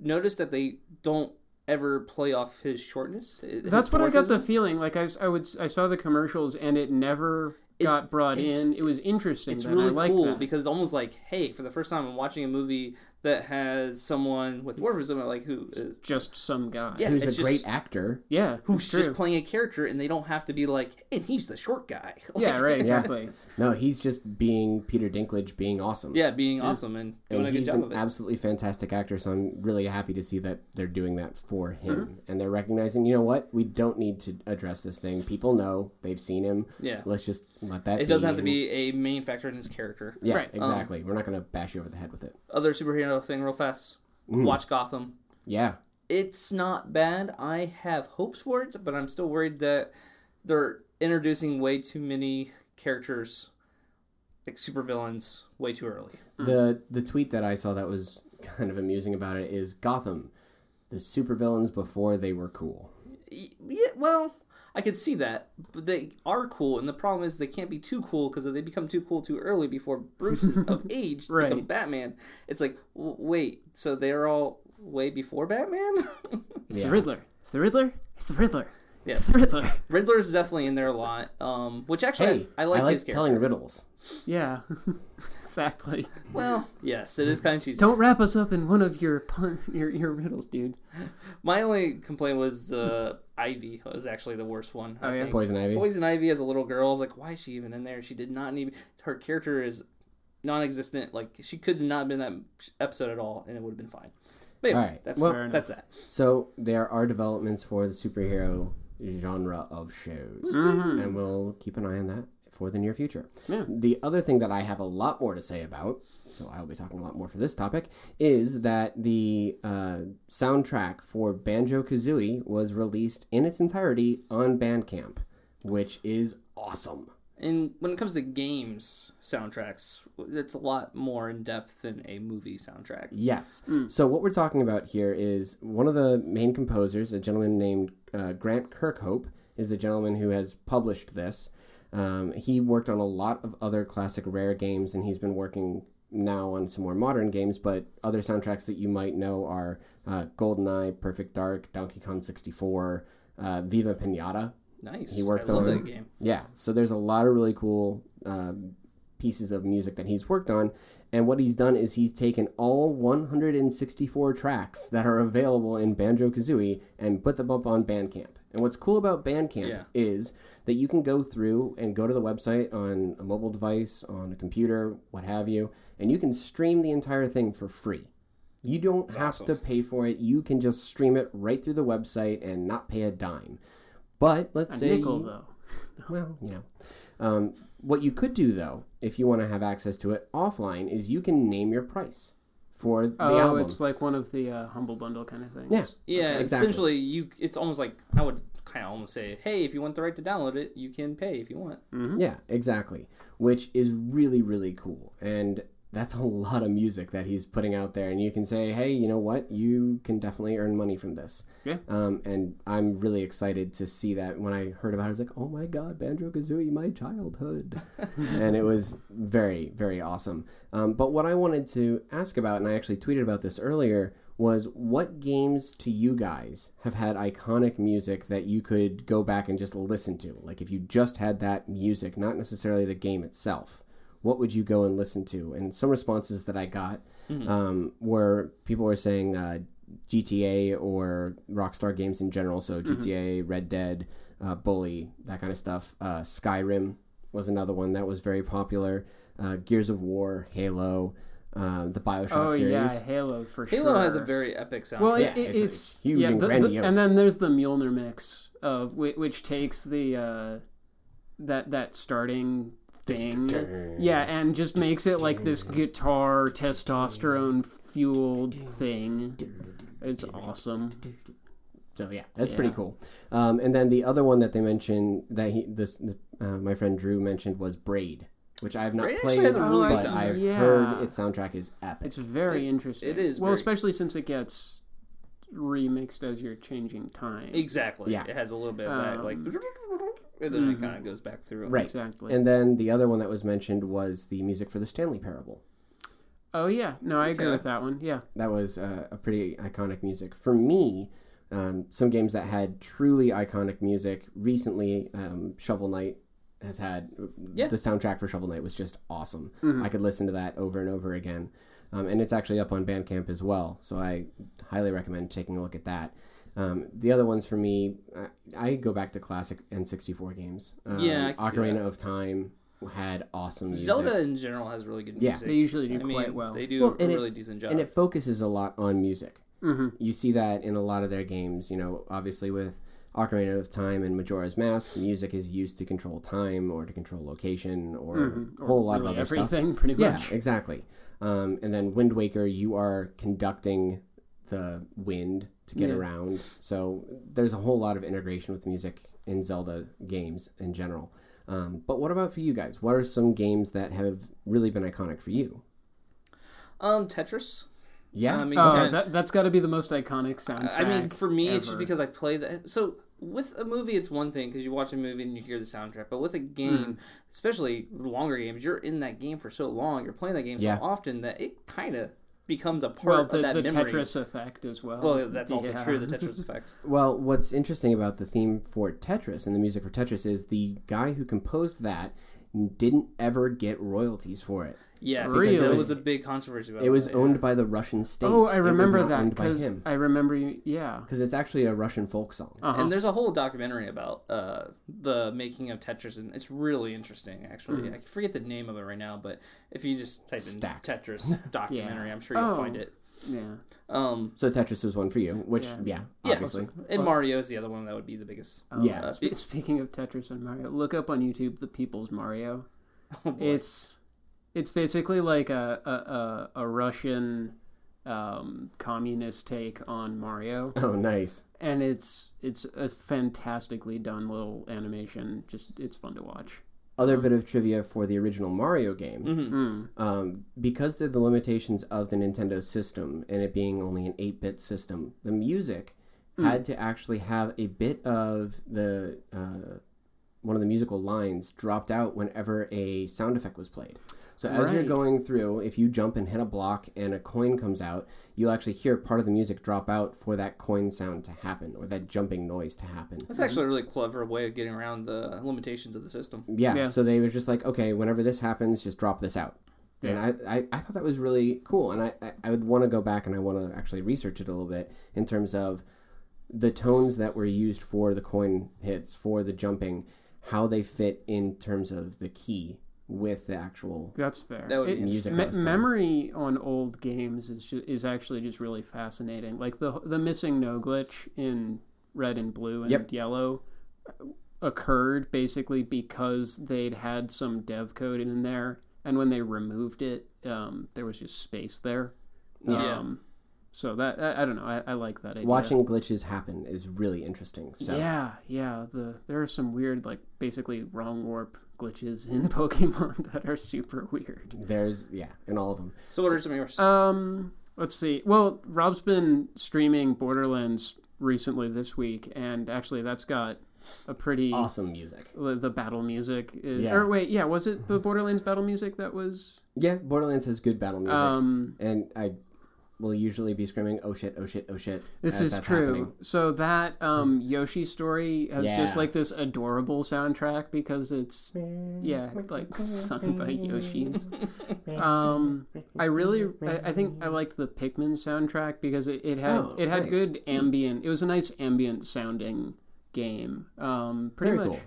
notice that they don't ever play off his shortness. uh, his That's what I got dwarfism. the feeling. Like I, s- I would s- I saw the commercials and it never got brought it's- in. It was interesting. It's then. I really like cool that. because it's almost like, hey, for the first time, I'm watching a movie that has someone with dwarfism, like who, uh, just some guy. yeah, who's it's a just- great actor. Yeah. who's it's true. *laughs* just playing a character and they don't have to be like, and he's the short guy. *laughs* Like, Yeah, right, exactly. No, he's just being Peter Dinklage, being awesome. Yeah, being awesome and doing and a good he's job an of it. absolutely fantastic actor. So I'm really happy to see that they're doing that for him, Mm-hmm. and they're recognizing, you know what, we don't need to address this thing. People know they've seen him. Yeah. let's just let that. It doesn't have to and- be Oh. a main factor in his character. Yeah, Right. exactly. We're not going to bash you over the head with it. Other superhero thing, real fast. Mm. Watch Gotham. Yeah, It's not bad. I have hopes for it, but I'm still worried that they're introducing way too many characters, like supervillains, way too early. the the tweet that I saw that was *laughs* kind of amusing about it is Gotham, the supervillains before they were cool. Y- Yeah, well, I could see that, but they are cool, and the problem is they can't be too cool because if they become too cool too early before Bruce is of age to become Right. Batman, it's like w- wait, so they're all way before Batman. *laughs* It's Yeah. the Riddler. It's the Riddler. It's the Riddler. Yeah. It's the Riddler. *laughs* Riddler's definitely in there a lot, um, which actually Hey, I, I like I like his character. telling riddles. Yeah, *laughs* exactly. Well, yes, it is kind of cheesy. Don't wrap us up in one of your pun- *laughs* your your riddles, dude. My only complaint was uh, Ivy was actually the worst one. I Oh, yeah? think. Poison Ivy. Poison Ivy as a little girl, I was like, why is she even in there? She did not need her character is non-existent. Like she could not have been in that episode at all, and it would have been fine. But anyway, All right. that's Well- Fair that's that. So there are developments for the superhero genre of shows, Mm-hmm. and we'll keep an eye on that for the near future. Yeah. The other thing that I have a lot more to say about, so I will be talking a lot more for this topic, is that the uh, soundtrack for Banjo Kazooie was released in its entirety on Bandcamp, which is awesome. And when it comes to games soundtracks, it's a lot more in depth than a movie soundtrack. Yes. So what we're talking about here is one of the main composers, a gentleman named uh, Grant Kirkhope, is the gentleman who has published this. Um, he worked on a lot of other classic rare games, and he's been working now on some more modern games. But other soundtracks that you might know are uh, GoldenEye, Perfect Dark, Donkey Kong 64, uh, Viva Pinata, Nice. He worked I love on- that game. yeah, so there's a lot of really cool um, pieces of music that he's worked on. And what he's done is he's taken all 164 tracks that are available in Banjo Kazooie and put them up on Bandcamp. And what's cool about Bandcamp Yeah. is that you can go through and go to the website on a mobile device, on a computer, what have you, and you can stream the entire thing for free. You don't have awesome. to pay for it. You can just stream it right through the website and not pay a dime. But let's A say nickel you- though. well, you know. Um, what you could do though, if you want to have access to it offline, is you can name your price for the Oh, album. it's like one of the uh, humble bundle kind of things. Yeah. Yeah, Exactly. essentially, you. It's almost like I would kind of almost say, hey, if you want the right to download it, you can pay if you want. Yeah, exactly. Which is really, really cool. And that's a *laughs* lot of music that he's putting out there. And you can say, hey, you know what? You can definitely earn money from this. Yeah. Um, and I'm really excited to see that. When I heard about it, I was like, oh my God, Banjo Kazooie, my childhood. *laughs* and it was very, very awesome. Um, but what I wanted to ask about, and I actually tweeted about this earlier, was what games to you guys have had iconic music that you could go back and just listen to? Like if you just had that music, not necessarily the game itself, what would you go and listen to? And some responses that I got um, were people were saying uh, GTA or Rockstar games in general, so Mm-hmm. GTA, Red Dead, uh, Bully, that kind of stuff. Uh, Skyrim was another one that was very popular. Uh, Gears of War, Halo, uh, the Bioshock Oh series. yeah, Halo for sure. Halo has a very epic soundtrack. well, Yeah, it, it, it's, it's, like, huge yeah, and the- the- grandiose. and then there's the Mjolnir mix of which, which takes the uh, that that starting thing, yeah, and just makes it like this guitar testosterone fueled thing. *laughs* It's awesome. So yeah, that's Yeah. pretty cool. Um, and then the other one that they mentioned that he this the, uh, my friend Drew mentioned was Braid, which I have not Braid actually played, has a really but good soundtrack. I've Yeah. heard its soundtrack is epic. It's very interesting. it is well, very- especially since it gets remixed as you're changing time. Exactly. Yeah. Um, mm-hmm. It has a little bit of that, like, and then it kind of goes back through. right. Exactly. And then the other one that was mentioned was the music for the Stanley Parable. oh yeah, no, I agree Okay. with that one. Yeah. that was uh, a pretty iconic music for me. Um, some games that had truly iconic music recently, um, Shovel Knight has had Yeah. Mm-hmm. the soundtrack for Shovel Knight was just awesome. I could listen to that over and over again, um, and it's actually up on Bandcamp as well. So I highly recommend taking a look at that. Um, the other ones for me, I, I go back to classic N64 games. Um, Yeah, I can see Ocarina of Time had awesome music. Zelda in general has really good Yeah. music. They usually do I mean, quite well. They do Well, a and it- really decent job. and it focuses a lot on music. hmm You see that in a lot of their games, you know, obviously with Ocarina of Time and Majora's Mask, music is used to control time or to control location or a whole lot of other stuff. Mm-hmm. everything, *laughs* pretty Yeah, much. exactly. Um, and then Wind Waker, you are conducting the wind to get Yeah. around. So there's a whole lot of integration with music in Zelda games in general. Um, but what about for you guys? What are some games that have really been iconic for you? um, Tetris. Yeah. I mean, Oh, you can- that, that's got to be the most iconic soundtrack. I mean, for me, it's just ever. because I play that. So with a movie, it's one thing because you watch a movie and you hear the soundtrack. But with a Mm. game, especially longer games, you're in that game for so long, you're playing that game Yeah. so often that it kind of becomes a part Well, of the, that the memory. Tetris effect as well. Well, that's also Yeah. true. The Tetris effect. Well, what's interesting about the theme for Tetris and the music for Tetris is the guy who composed that didn't ever get royalties for it. Yes, Really? that was a big controversy. About It was that, yeah. owned by the Russian state. Oh, I It was remember not that owned by because him. I remember you. Yeah. 'Cause it's actually a Russian folk song. Uh-huh. And there's a whole documentary about uh, the making of Tetris, and it's really interesting, actually. Hmm. I forget the name of it right now, but if you just type in Stacked. *laughs* Tetris documentary, I'm sure you'll Oh. find it. yeah. Um, So Tetris was one for you, which yeah, Yeah. yeah, obviously. and Mario's the other one that would be the biggest. Oh, Yeah. spe- *laughs* speaking of Tetris and Mario, look up on YouTube the People's Mario. it's it's basically like a a, a, a Russian um, communist take on Mario, Oh, nice. and it's it's a fantastically done little animation. Just it's fun to watch. Other bit of trivia for the original Mario Uh-huh. game. Mm-hmm. Hmm. Um, because of the limitations of the Nintendo system and it being only an 8 bit system, the music had to actually have a bit of the uh, one of the musical lines dropped out whenever a sound effect was played. So as you're Right. going through, if you jump and hit a block and a coin comes out, you'll actually hear part of the music drop out for that coin sound to happen or that jumping noise to happen. That's Uh-huh. actually a really clever way of getting around the limitations of the system. Yeah, Yeah. So they were just like, okay, whenever this happens, just drop this out. And I, I, I thought that was really cool. And I, I, I would want to go back and I want to actually research it a little bit in terms of the tones that were used for the coin hits, for the jumping, how they fit in terms of the key with the actual. That's fair. That would be It- Music me- last time. memory on old games is ju- is actually just really fascinating. Like the the missing no glitch in red and blue and Yep. yellow uh, occurred basically because they'd had some dev code in there, and when they removed it, um, there was just space there. Yeah. Um, so that I, I don't know. I, I like that idea. Watching glitches happen is really interesting. So Yeah, yeah. The there are some weird, like basically wrong warp glitches in *laughs* Pokemon that are super weird. there's, yeah, in all of them. So, what are some of yours? Um, let's see. Well, Rob's been streaming Borderlands recently this week, and actually, that's got a pretty Awesome music. the, the battle music. Is, Yeah. Or wait, yeah, was it the Borderlands battle music that was? Yeah, Borderlands has good battle music. Um, and I will usually be screaming, oh shit, oh shit, oh shit. this as is that's true. happening. So that um Yoshi story has just Yeah. like this adorable soundtrack because it's yeah like sung by Yoshi's. Um, I really, I, *laughs* I think I liked the Pikmin soundtrack because it, it had Oh, it had nice. good ambient. It was a nice ambient sounding game. Um, pretty Very much. cool.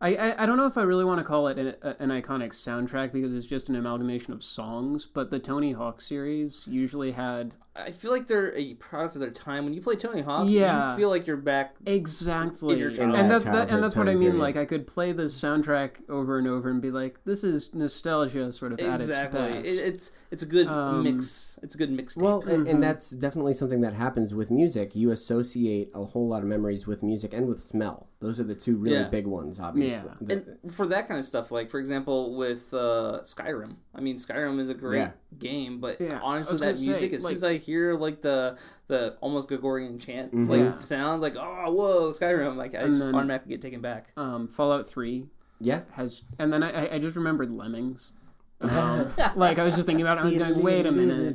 I, I I don't know if I really want to call it an, a- an iconic soundtrack because it's just an amalgamation of songs. But the Tony Hawk series usually had I feel like they're a product of their time. When you play Tony Hawk, Yeah. you feel like you're back. Exactly, In your childhood. and that's Yeah, that, and childhood that's what I time mean. period. Like I could play the soundtrack over and over and be like, "This is nostalgia, sort of Exactly. at its It, best." it's it's a good Um, mix. It's a good mixtape. Well, a- Mm-hmm. and that's definitely something that happens with music. You associate a whole lot of memories with music and with smell. Those are the two really Yeah. big ones, obviously. Yeah. The- and for that kind of stuff, like for example with uh, Skyrim. I mean, Skyrim is a great Yeah. game, but Yeah, I honestly, was that gonna say, music as soon like- as I hear like the the almost Gregorian chant, Mhm. like Yeah. sound, like oh whoa Skyrim, like I And just then- automatically get taken back. um, Fallout Three yeah. has, and then I, I- I just remembered *laughs* Lemmings. Um, like I was just thinking about it, I was going, "Wait a minute."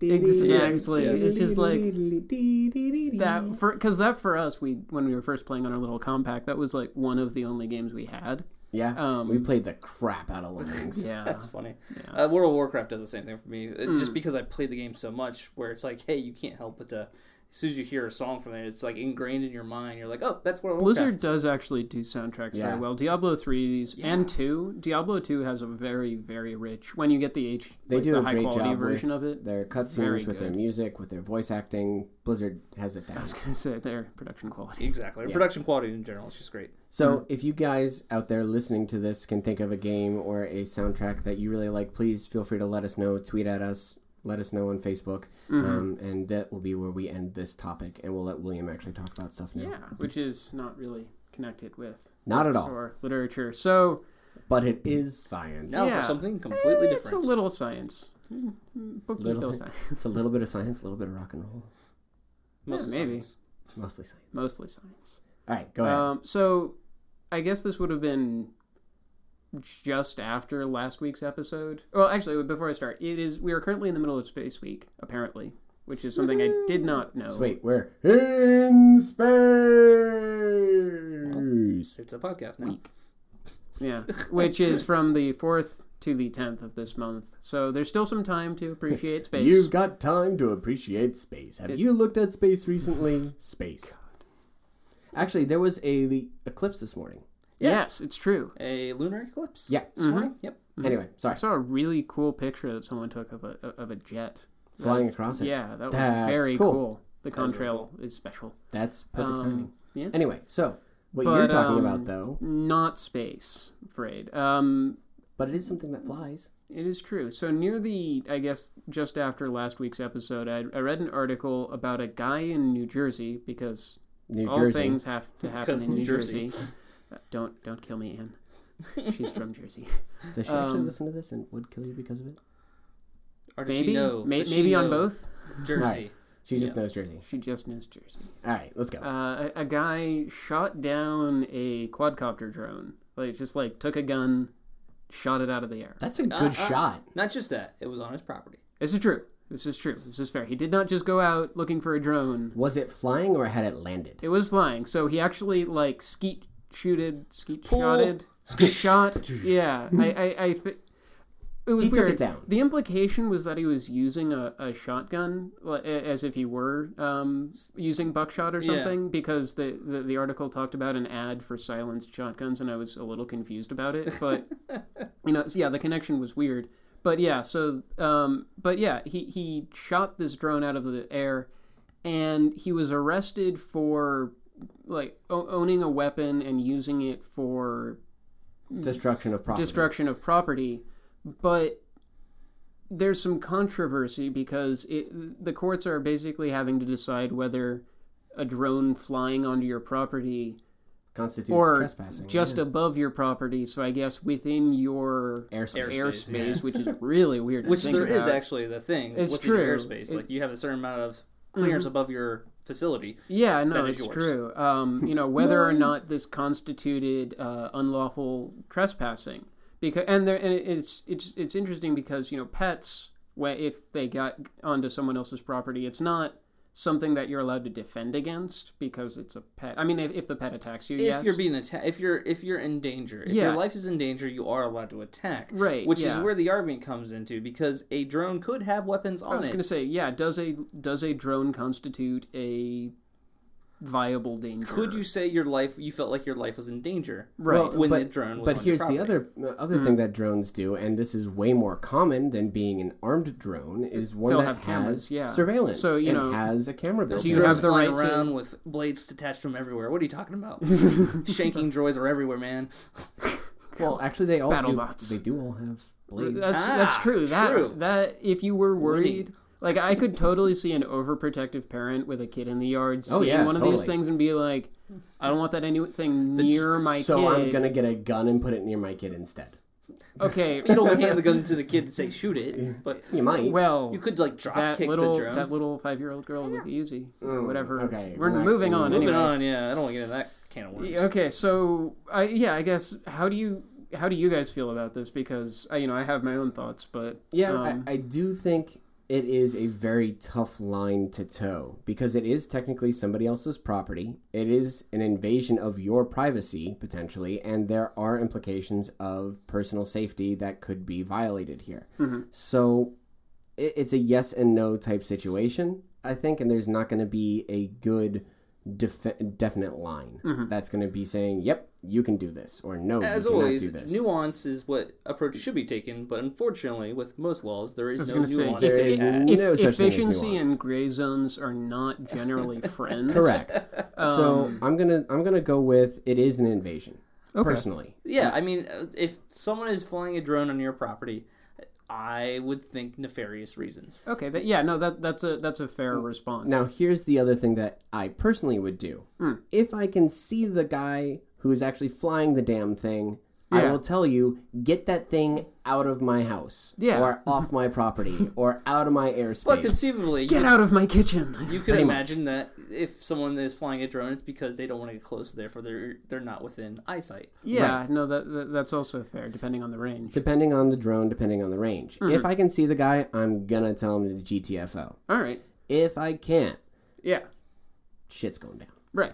Exactly. Yes, It's just like that for because that for us, we when we were first playing on our little compact, that was like one of the only games we had. Yeah. um, we played the crap out *laughs* of Lemmings. Yeah, Mm. That's funny. Uh, World of Warcraft does the same thing for me, It- just because I played the game so much. Where it's like, hey, you can't help but to. As soon as you hear a song from it, it's like ingrained in your mind. You're like, oh, that's World of Warcraft. Blizzard does actually do soundtracks Yeah. very well. Diablo 3's and 2. Diablo 2 has a very, very rich, when you get the H, They like, do the a high great quality job version with of it. their Very cutscenes, with their good. music, with their voice acting. Blizzard has it *laughs* I down. was going to say their production quality. Exactly. Production quality in general is just great. So, Mm. if you guys out there listening to this can think of a game or a soundtrack that you really like, please feel free to let us know. Tweet at us, let us know on Facebook, Mm-hmm. um, and that will be where we end this topic. And we'll let William actually talk about stuff now. Yeah, which is not really connected with Not at arts all, or literature. So but it is science. Now Yeah. Eh, for something completely it's a different. little science. Mm, mm, Poquito Little- science. *laughs* It's a little bit of science, a little bit of rock and roll. Most Yeah, maybe. maybe. Mostly science. mostly science. All right, go ahead. Um, so I guess this would have been just after last week's episode. Well, actually, before I start, it is we are currently in the middle of Space Week, apparently, which is something I did not know. So wait, we're in space. It's a podcast now. Hmm. Yeah, which is from the fourth to the tenth of this month. So there's still some time to *laughs* appreciate space. You've got time to appreciate space. Have you looked at space recently? Space. Actually, there was a the eclipse this morning. Yes, it's true. A lunar eclipse. Yeah. This Mm-hmm. morning. Yep. Anyway, sorry. I saw a really cool picture that someone took of a of a jet. Flying across it. Yeah, that was That's very cool. cool. The contrail is special. That's perfect timing. Um, yeah. Anyway, so what you're But, talking um, about though, Not space, I'm afraid. Um, but it is something that flies. It is true. So near the, I guess, just after last week's episode, I, I read an article about a guy in New Jersey because New all Jersey. things have to happen Because in New New Jersey. Jersey. Uh, don't don't kill *laughs* me, Anne. She's from Jersey. Does she actually um, listen to this and would kill you because of it? Or does she Maybe know? may, Does she maybe on know both. Jersey. Right. She just knows Jersey. She just knows Jersey. All right, let's go. Uh, a, a guy shot down a quadcopter drone. Like just like took a gun, shot it out of the air. That's a good uh, shot. Not just that. It was on his property. This is true. This is true. This is fair. He did not just go out looking for a drone. Was it flying or had it landed? It was flying, so he actually like skeet shooted, skeet Pull. shotted, skeet *laughs* shot. Yeah, I, I, I th- it was He took weird. it down. The implication was that he was using a, a shotgun, li- a- as if he were um, using buckshot or Yeah. something, because the, the the article talked about an ad for silenced shotguns, and I was a little confused about it. But you know, yeah, the connection was weird. But yeah, so um, but yeah, he he shot this drone out of the air and he was arrested for like o- owning a weapon and using it for Hmm. Destruction of property. destruction of property but there's some controversy because it, the courts are basically having to decide whether a drone flying onto your property Constitutes or trespassing. just above your property so i guess within your airspace. Airspace. airspace yeah. which is really weird to Which think there is about. actually the thing It's with your true. airspace. It- Mm-hmm. like you have a certain amount of clearance above your facility. Yeah, no, That is it's yours. true. *laughs* Um, you know whether or not this constituted uh, unlawful trespassing, because and there and it's it's it's interesting because you know pets, wh- if they got onto someone else's property, it's not something that you're allowed to defend against because it's a pet. I mean, if, if the pet attacks you, If yes, you're being attacked, if you're if you're in danger, if Yeah. your life is in danger, you are allowed to attack. Right, Which is yeah. where the argument comes into because a drone could have weapons on it. I was going to say, yeah, does a does a drone constitute a viable danger? could you say your life? You felt like your life was in danger, Right. Well, When but, the drone was but on here's your the other other Hmm. thing that drones do, and this is way more common than being an armed drone, is one They'll that have has cameers, yeah. surveillance So, you and know, has a camera built do you in. have the flying right to- around with blades attached to them everywhere. What are you talking *laughs* about? Shanking droids are everywhere, man. Well, actually, they all Battle do. bots. They do all have blades. That's Ah, that's true. That true. that if you were worried, like I could totally see an overprotective parent with a kid in the yard seeing Oh, yeah, one of these totally. things and be like, I don't want that anything near my so kid. I'm gonna get a gun and put it near my kid instead. *laughs* *laughs* Okay, You don't hand the gun to the kid and say shoot it, but You might. well, you could like drop that kick little the drone. that little five year old girl with the Uzi or whatever. Oh, Hmm, okay, we're we're not- moving on. Moving anyway. on, yeah. I don't want to get into that can of worms. Yeah, Okay, so I yeah, I guess how do you how do you guys feel about this? Because I, you know I have my own thoughts, but Yeah, um, I, I do think it is a very tough line to toe because it is technically somebody else's property. It is an invasion of your privacy, potentially, and there are implications of personal safety that could be violated here. So it, it's a yes and no type situation, I think, and there's not going to be a good. Def- definite line that's going to be saying, "Yep, you can do this," or "No, Mm-hmm. As you cannot always, do this." nuance is what approach should be taken, but unfortunately, with most laws, there is I was no gonna say, nuance. just There to is that. no such if, thing as efficiency nuance. and gray zones are not *laughs* generally friends. Correct. so I'm gonna I'm gonna go with it is an invasion. Personally, Yeah, I mean, uh, if someone is flying a drone on your property, I would think nefarious reasons. Okay. That, yeah. No. That that's a that's a fair response. now here's the other thing that I personally would do. If I can see the guy who is actually flying the damn thing, I Yeah. will tell you, get that thing out of my house, Yeah. or off my property, or out of my airspace. But conceivably, Get you, out of my kitchen. *laughs* you could Pretty much. imagine that if someone is flying a drone, it's because they don't want to get close, therefore they're they're not within eyesight. Yeah, no, that, that that's also fair, depending on the range. depending on the drone, depending on the range. If I can see the guy, I'm gonna tell him to GTFO. All right. If I can't, Yeah. shit's going down. Right.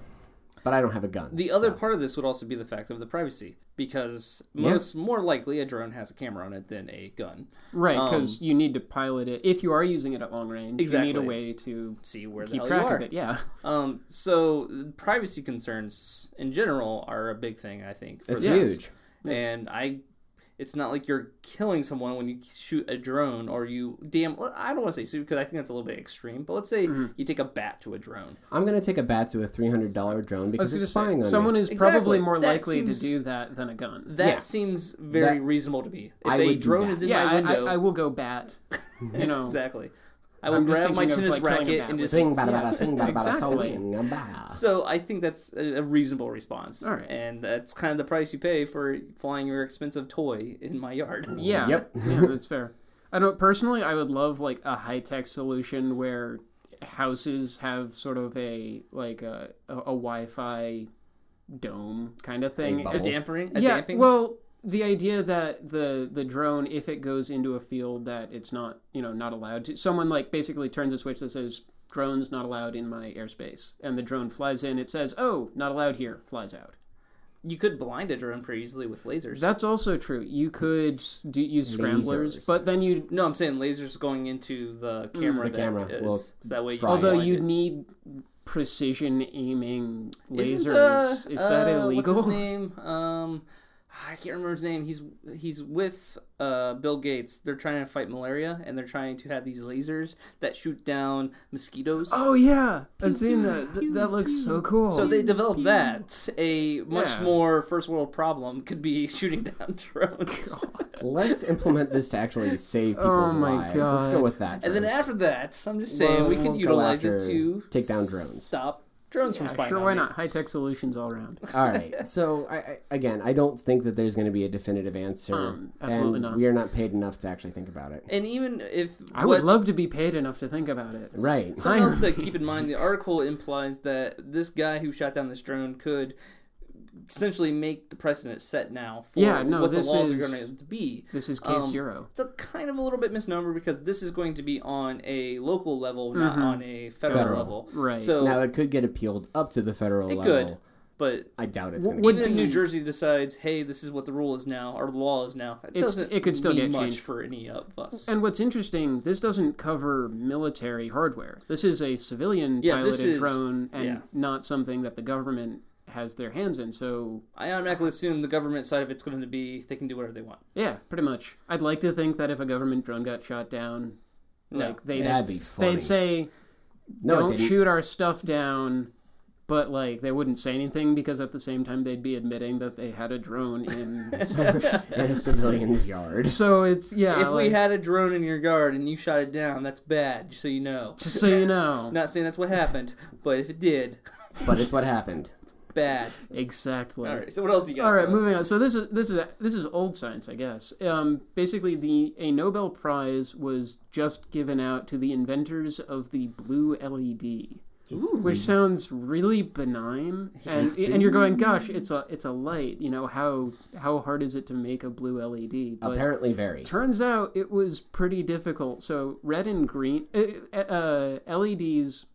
But I don't have a gun. The other part of this would also be the fact of the privacy, because most more likely a drone has a camera on it than a gun. Right, Um, because you need to pilot it. If you are using it at long range, you need Exactly. a way to See where the keep hell you track are. of it. Yeah. Um, so privacy concerns in general are a big thing, I think. For It's this. huge. And I, it's not like you're killing someone when you shoot a drone or you damn. I don't want to say shoot because I think that's a little bit extreme. But let's say you take a bat to a drone. I'm gonna take a bat to a three hundred dollar drone I was because going to it's say, spying on someone me. is Exactly. probably more That likely seems- to do that than a gun. That Yeah. seems very That- reasonable to me. If I a would do drone that. is in Yeah, my I, I, window, I will go bat. *laughs* You know, exactly. I will I'm just grab my thinking of, tennis like, killing a racket bat and with just Swing, bada, bada, Yeah. swing, bada, bada, Exactly. swing, bada. So I think that's a a reasonable response, All right. and that's kind of the price you pay for flying your expensive toy in my yard. Yeah. Yep. *laughs* yeah, that's fair. I don't personally. I would love like a high tech solution where houses have sort of a like a a, a Wi Fi dome kind of thing. A bubble. dampering, a yeah. damping. Well, the idea that the the drone, if it goes into a field that it's not you know not allowed to, someone like basically turns a switch that says drones not allowed in my airspace, and the drone flies in. It says, oh, not allowed here, flies out. you could blind a drone pretty easily with lasers. That's also true. You could s- do, use scramblers, Lasers. but then you no, I'm saying lasers going into the camera. Mm, The that camera is- will so that way. You fry can it. Although blind you it. need precision aiming lasers. Isn't, uh, Is that uh, What's his illegal? *laughs* name? Um, I can't remember his name. He's he's with uh, Bill Gates. They're trying to fight malaria, and they're trying to have these lasers that shoot down mosquitoes. Oh yeah, I've seen that. Th- that looks so cool. So they developed that a much Yeah. more first world problem could be *laughs* shooting down drones. Let's implement this to actually save Oh people's my lives. Let's go God. with that. and then first. after that, I'm just saying we Well, could go utilize it after to take down drones. stop drones from yeah, spying. sure, on why you. not? High tech solutions all around. All right. So I, I, again, I don't think that there's going to be a definitive answer, Um, absolutely and not. we are not paid enough to actually think about it. And even if I would what, love to be paid enough to think about it. Right. Something else Sign to keep in mind, the article implies that this guy who shot down this drone could essentially make the precedent set now for Yeah, no, what the this walls are is- going to be. This is case Um, zero. It's a kind of a little bit misnomer because this is going to be on a local level, not on a federal, Federal. level. Mm-hmm. Right. So, Now it could get appealed up to the federal It level. could. but I doubt it's What going to. would- even if New be- Jersey decides, hey, this is what the rule is now, or the law is now, it It's- doesn't. it could still mean get much changed. for any of us. And what's interesting, this doesn't cover military hardware. This is a civilian Yeah, this piloted is- drone and yeah. not something that the government has their hands in. So I automatically assume the government side of it's going to be they can do whatever they want. Yeah, pretty much. I'd like to think that if a government drone got shot down, No. like they'd That'd be funny. they'd say No, it don't didn't. shoot our stuff down, but like they wouldn't say anything because at the same time they'd be admitting that they had a drone *laughs* in in. a civilian's yard. so it's yeah. If we like, had a drone in your yard and you shot it down, that's bad, just so you know. just so you *laughs* know, I'm not saying that's what happened, but if it did, But it's what happened. bad. exactly. All right, so what else you got? All right, for us? moving on. So this is this is this is old science, I guess. Um, basically, the a Nobel Prize was just given out to the inventors of the blue LED, which sounds really benign. And and you're going, gosh, it's a it's a light. You know how how hard is it to make a blue LED? But Apparently, very. turns out it was pretty difficult. So red and green uh, uh, LEDs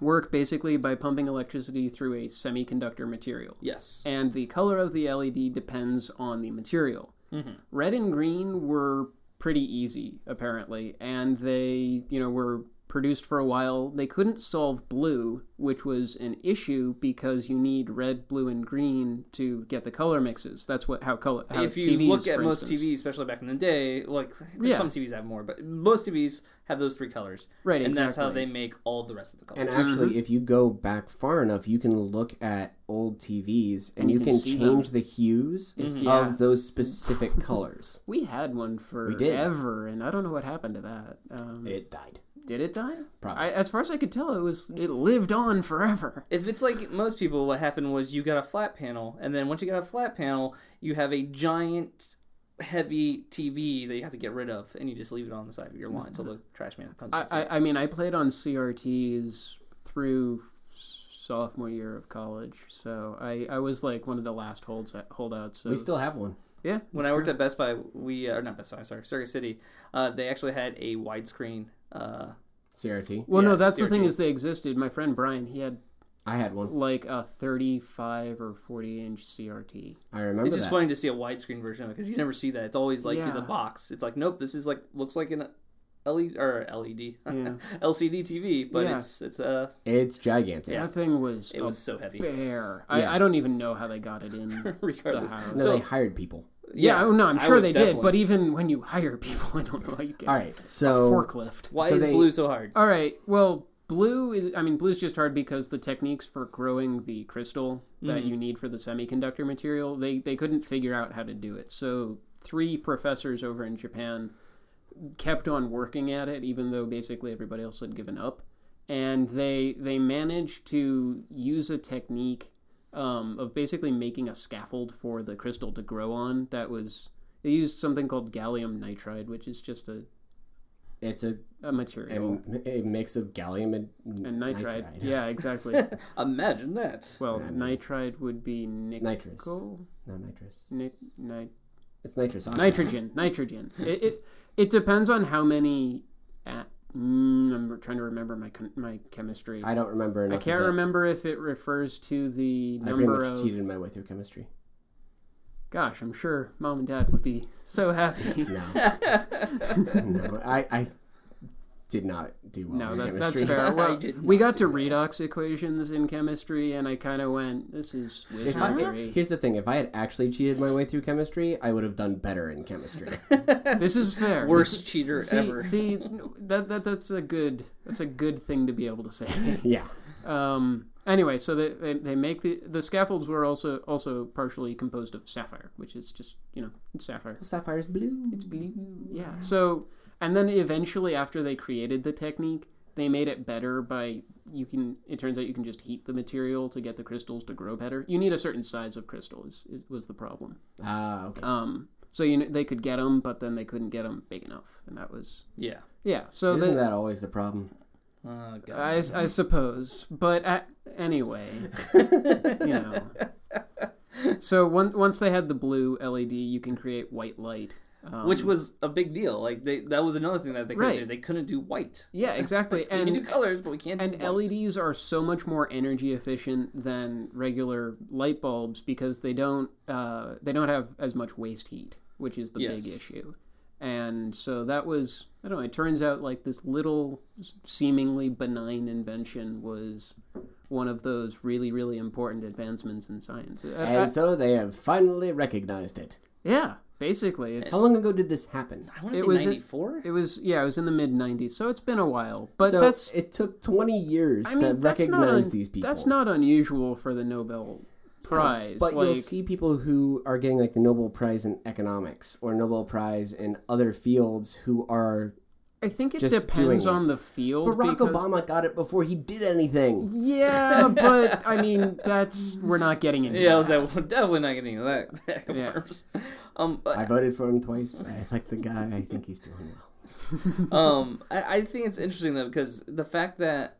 work basically by pumping electricity through a semiconductor material Yes. and the color of the LED depends on the material. Mm-hmm. Red and green were pretty easy, apparently, and they, you know, were produced for a while. They couldn't solve blue, which was an issue because you need red, blue, and green to get the color mixes. That's what how color. How If you TVs, look at for most instance. TVs, especially back in the day, like there's Yeah. some TVs have more, but most TVs have those three colors. Right, And that's how exactly. they make all the rest of the colors. And actually, Mm-hmm. if you go back far enough, you can look at old TVs and, you, you can, can see change the hues It's- of yeah. those *laughs* specific colors. we had one We did. forever, and I don't know what happened to that. Um, It died. Did it die? Probably. I, as far as I could tell, it was it lived on forever. If it's like most people, what happened was you got a flat panel, and then once you got a flat panel, you have a giant, heavy TV that you have to get rid of, and you just leave it on the side of your lawn until the trash man comes. I, and I, I mean, I played on CRTs through sophomore year of college, so I, I was like one of the last holds holdouts. So we still have one. yeah, when I worked at Best Buy, we uh, or not Best Buy, I'm sorry, Circuit City, uh, they actually had a widescreen. Uh, CRT. well, yeah, no, that's the thing CRT. is they existed. My friend Brian, he had I had one. like a 35 or 40 inch *laughs* CRT. I remember it's just that. funny to see a widescreen version of it because you never see that. It's always like in Yeah. the box. It's like nope, this is like looks like an LED or E LED *laughs* Yeah. LCD TV, but Yeah. it's it's uh It's gigantic. Yeah. That thing was it a was so heavy. bear. Yeah. I, I don't even know how they got it in. *laughs* Regardless, The house. No, So- they hired people. yeah, oh, no, I'm I sure would they did. definitely- But even when you hire people, *laughs* I don't know how you get All right, a so forklift. Why So is they- blue so hard? All right. Well, blue. Is, I mean, blue's just hard because the techniques for growing the crystal that you need for the semiconductor material, they they couldn't figure out how to do it. So three professors over in Japan kept on working at it, even though basically everybody else had given up. And they they managed to use a technique um, of basically making a scaffold for the crystal to grow on. That was they used something called gallium nitride, which is just a, it's a, a material. a mix of gallium and, *laughs* and nitride. *laughs* Yeah, exactly. Imagine that. Well, I mean- nitride would be nickel. nitrous. No nitrous. Nic- ni- It's nitrous. oxide. nitrogen. *laughs* Nitrogen. it, it it depends on how many. At, mm, I'm trying to remember my con- my chemistry. I, I don't remember. Enough of can't it. remember if it refers to the I pretty number much of. cheated my way through chemistry. Gosh, I'm sure mom and dad would be so *laughs* happy. No, no, I, I did not do well *laughs* No, in that, that's chemistry. *laughs* fair. I Well, did we got to redox equations in chemistry, and I kind of went, "This is *laughs* wizardry. Here's the thing: if I had actually cheated my way through chemistry, I would have done better in *laughs* chemistry. this is fair." Worst cheater see, ever. see, that, that that's a good that's a good thing to be able to say. *laughs* yeah, Um, anyway, so they, they, they make the the scaffolds were also also partially composed of sapphire, which is just you know it's sapphire. sapphire's blue. It's blue. Yeah. So and then eventually after they created the technique, they made it better by you can. It turns out you can just heat the material to get the crystals to grow better. You need a certain size of crystal is, is was the problem. Ah, okay. Um, so you know, they could get them, but then they couldn't get them big enough, and that was yeah. yeah. So Isn't the, that always the problem? Oh god. I, I suppose, but a anyway, *laughs* you know. So once once they had the blue LED, you can create white light. Um, Which was a big deal. Like they, that was another thing that they couldn't Right. do. They couldn't do white. yeah, exactly, we can do and colors, but we can't. do and white. LEDs are so much more energy efficient than regular light bulbs because they don't uh, they don't have as much waste heat, which is the Yes. big issue. And so that was I don't know. It turns out like this little seemingly benign invention was one of those really really important advancements in science. Uh, uh, And so they have finally recognized it. yeah, basically it's How long ago did this happen? I want it to say was a- ninety four. it was yeah it was in the mid '90s, so it's been a while. But So that's it took 20 years I to mean, that's not recognize un- these people. That's not unusual for the Nobel Prize. But like, you'll see people who are getting like the Nobel Prize in economics or Nobel Prize in other fields who are. I think it just depends doing it. on the field. Barack because- Obama got it before he did anything. *laughs* Yeah, but I mean, that's we're not getting into. Yeah, I that. was like, well, definitely not getting into that. bag of *laughs* Yeah. worms. Um, but, I voted for him twice. I like the guy. I think he's doing well. um, I, I think it's interesting though because the fact that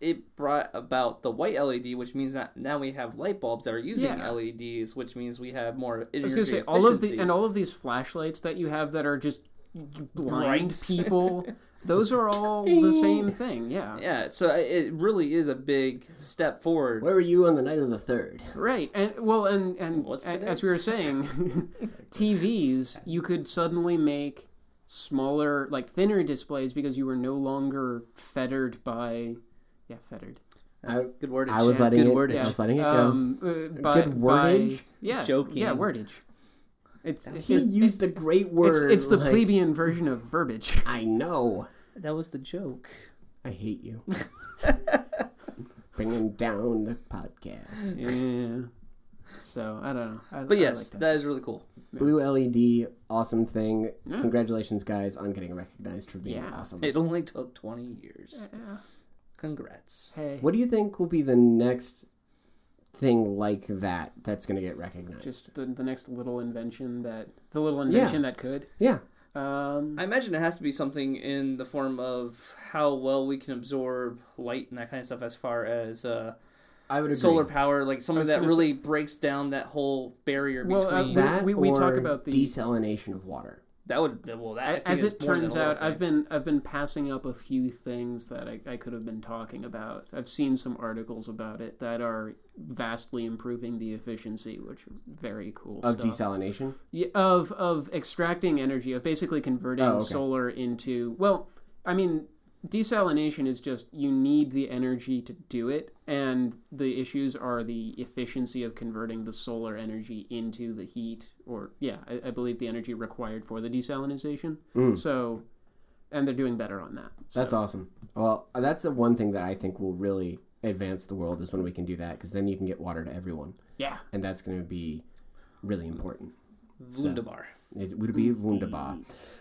it brought about the white LED, which means that now we have light bulbs that are using Yeah. LEDs, which means we have more energy I was gonna say efficiency. all of the and all of these flashlights that you have that are just blind Bright. *laughs* people. Those are all the same thing. Yeah. yeah, so I- it really is a big step forward. Where were you on the night of the third? Right. And well, and and What's a- the as we were saying, TVs you could suddenly make smaller, like thinner displays because you were no longer fettered by, yeah, fettered. I, Good word. I was letting Good it. word. I yeah. was letting it go. Um, uh, by, Good by, wordage? yeah, Joking. Yeah, wordage. It's it's, he used a great word. it's, it's the like, plebeian version of verbiage. I know. That was the joke. I hate you. *laughs* Bringing down the podcast. Yeah. So I don't know. I, But I yes, like that. that is really cool. Blue LED, awesome thing. Yeah. Congratulations, guys, on getting recognized for being Yeah. awesome. It only took 20 years. Yeah. Congrats. Hey, What do you think will be the next thing like that that's going to get recognized? just the, the next little invention that the little invention that could. Yeah. Um, I imagine it has to be something in the form of how well we can absorb light and that kind of stuff as far as uh, I would agree. solar power, like something was that gonna really breaks down that whole barrier Well, uh, between. we- that we or talk about the- desalination of water. that would well that I as think it is more than turns a little out, I've thing. been I've been passing up a few things that I, I could have been talking about. I've seen some articles about it that are vastly improving the efficiency, which are very cool Of stuff. desalination? Yeah, of of extracting energy, of basically converting Oh, okay. solar into well, I mean, desalination is just you need the energy to do it, and the issues are the efficiency of converting the solar energy into the heat, or yeah, I, I believe the energy required for the desalinization. Mm. So, and they're doing better on that. So, That's awesome. Well, that's the one thing that I think will really advance the world is when we can do that because then you can get water to everyone, yeah, and that's going to be really important. Wunderbar. It would be wunderbar.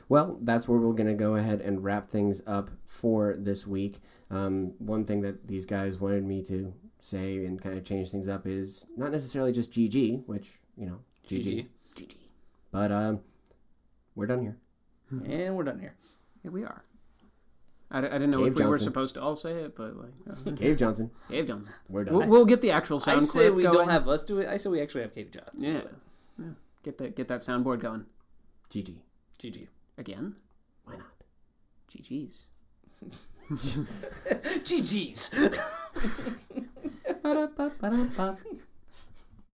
Well, that's where we're going to go ahead and wrap things up for this week. Um, one thing that these guys wanted me to say and kind of change things up is not necessarily just GG, which, you know, GG. GG. But um, we're done here. And we're done here. yeah, we are. I, d- I didn't know Dave if we were Johnson. supposed to all say it, *laughs* but like, Gabe Johnson, Dave Johnson. we're done. We'll, we'll get the actual sound I say clip we going. don't have us do it. I say we actually have Cave Jobs. Yeah. yeah. Get that get that soundboard going. GG. *laughs* GG. Again? Why not? GG's. GG's. *laughs* *laughs* Ba-da-ba-ba-da-ba.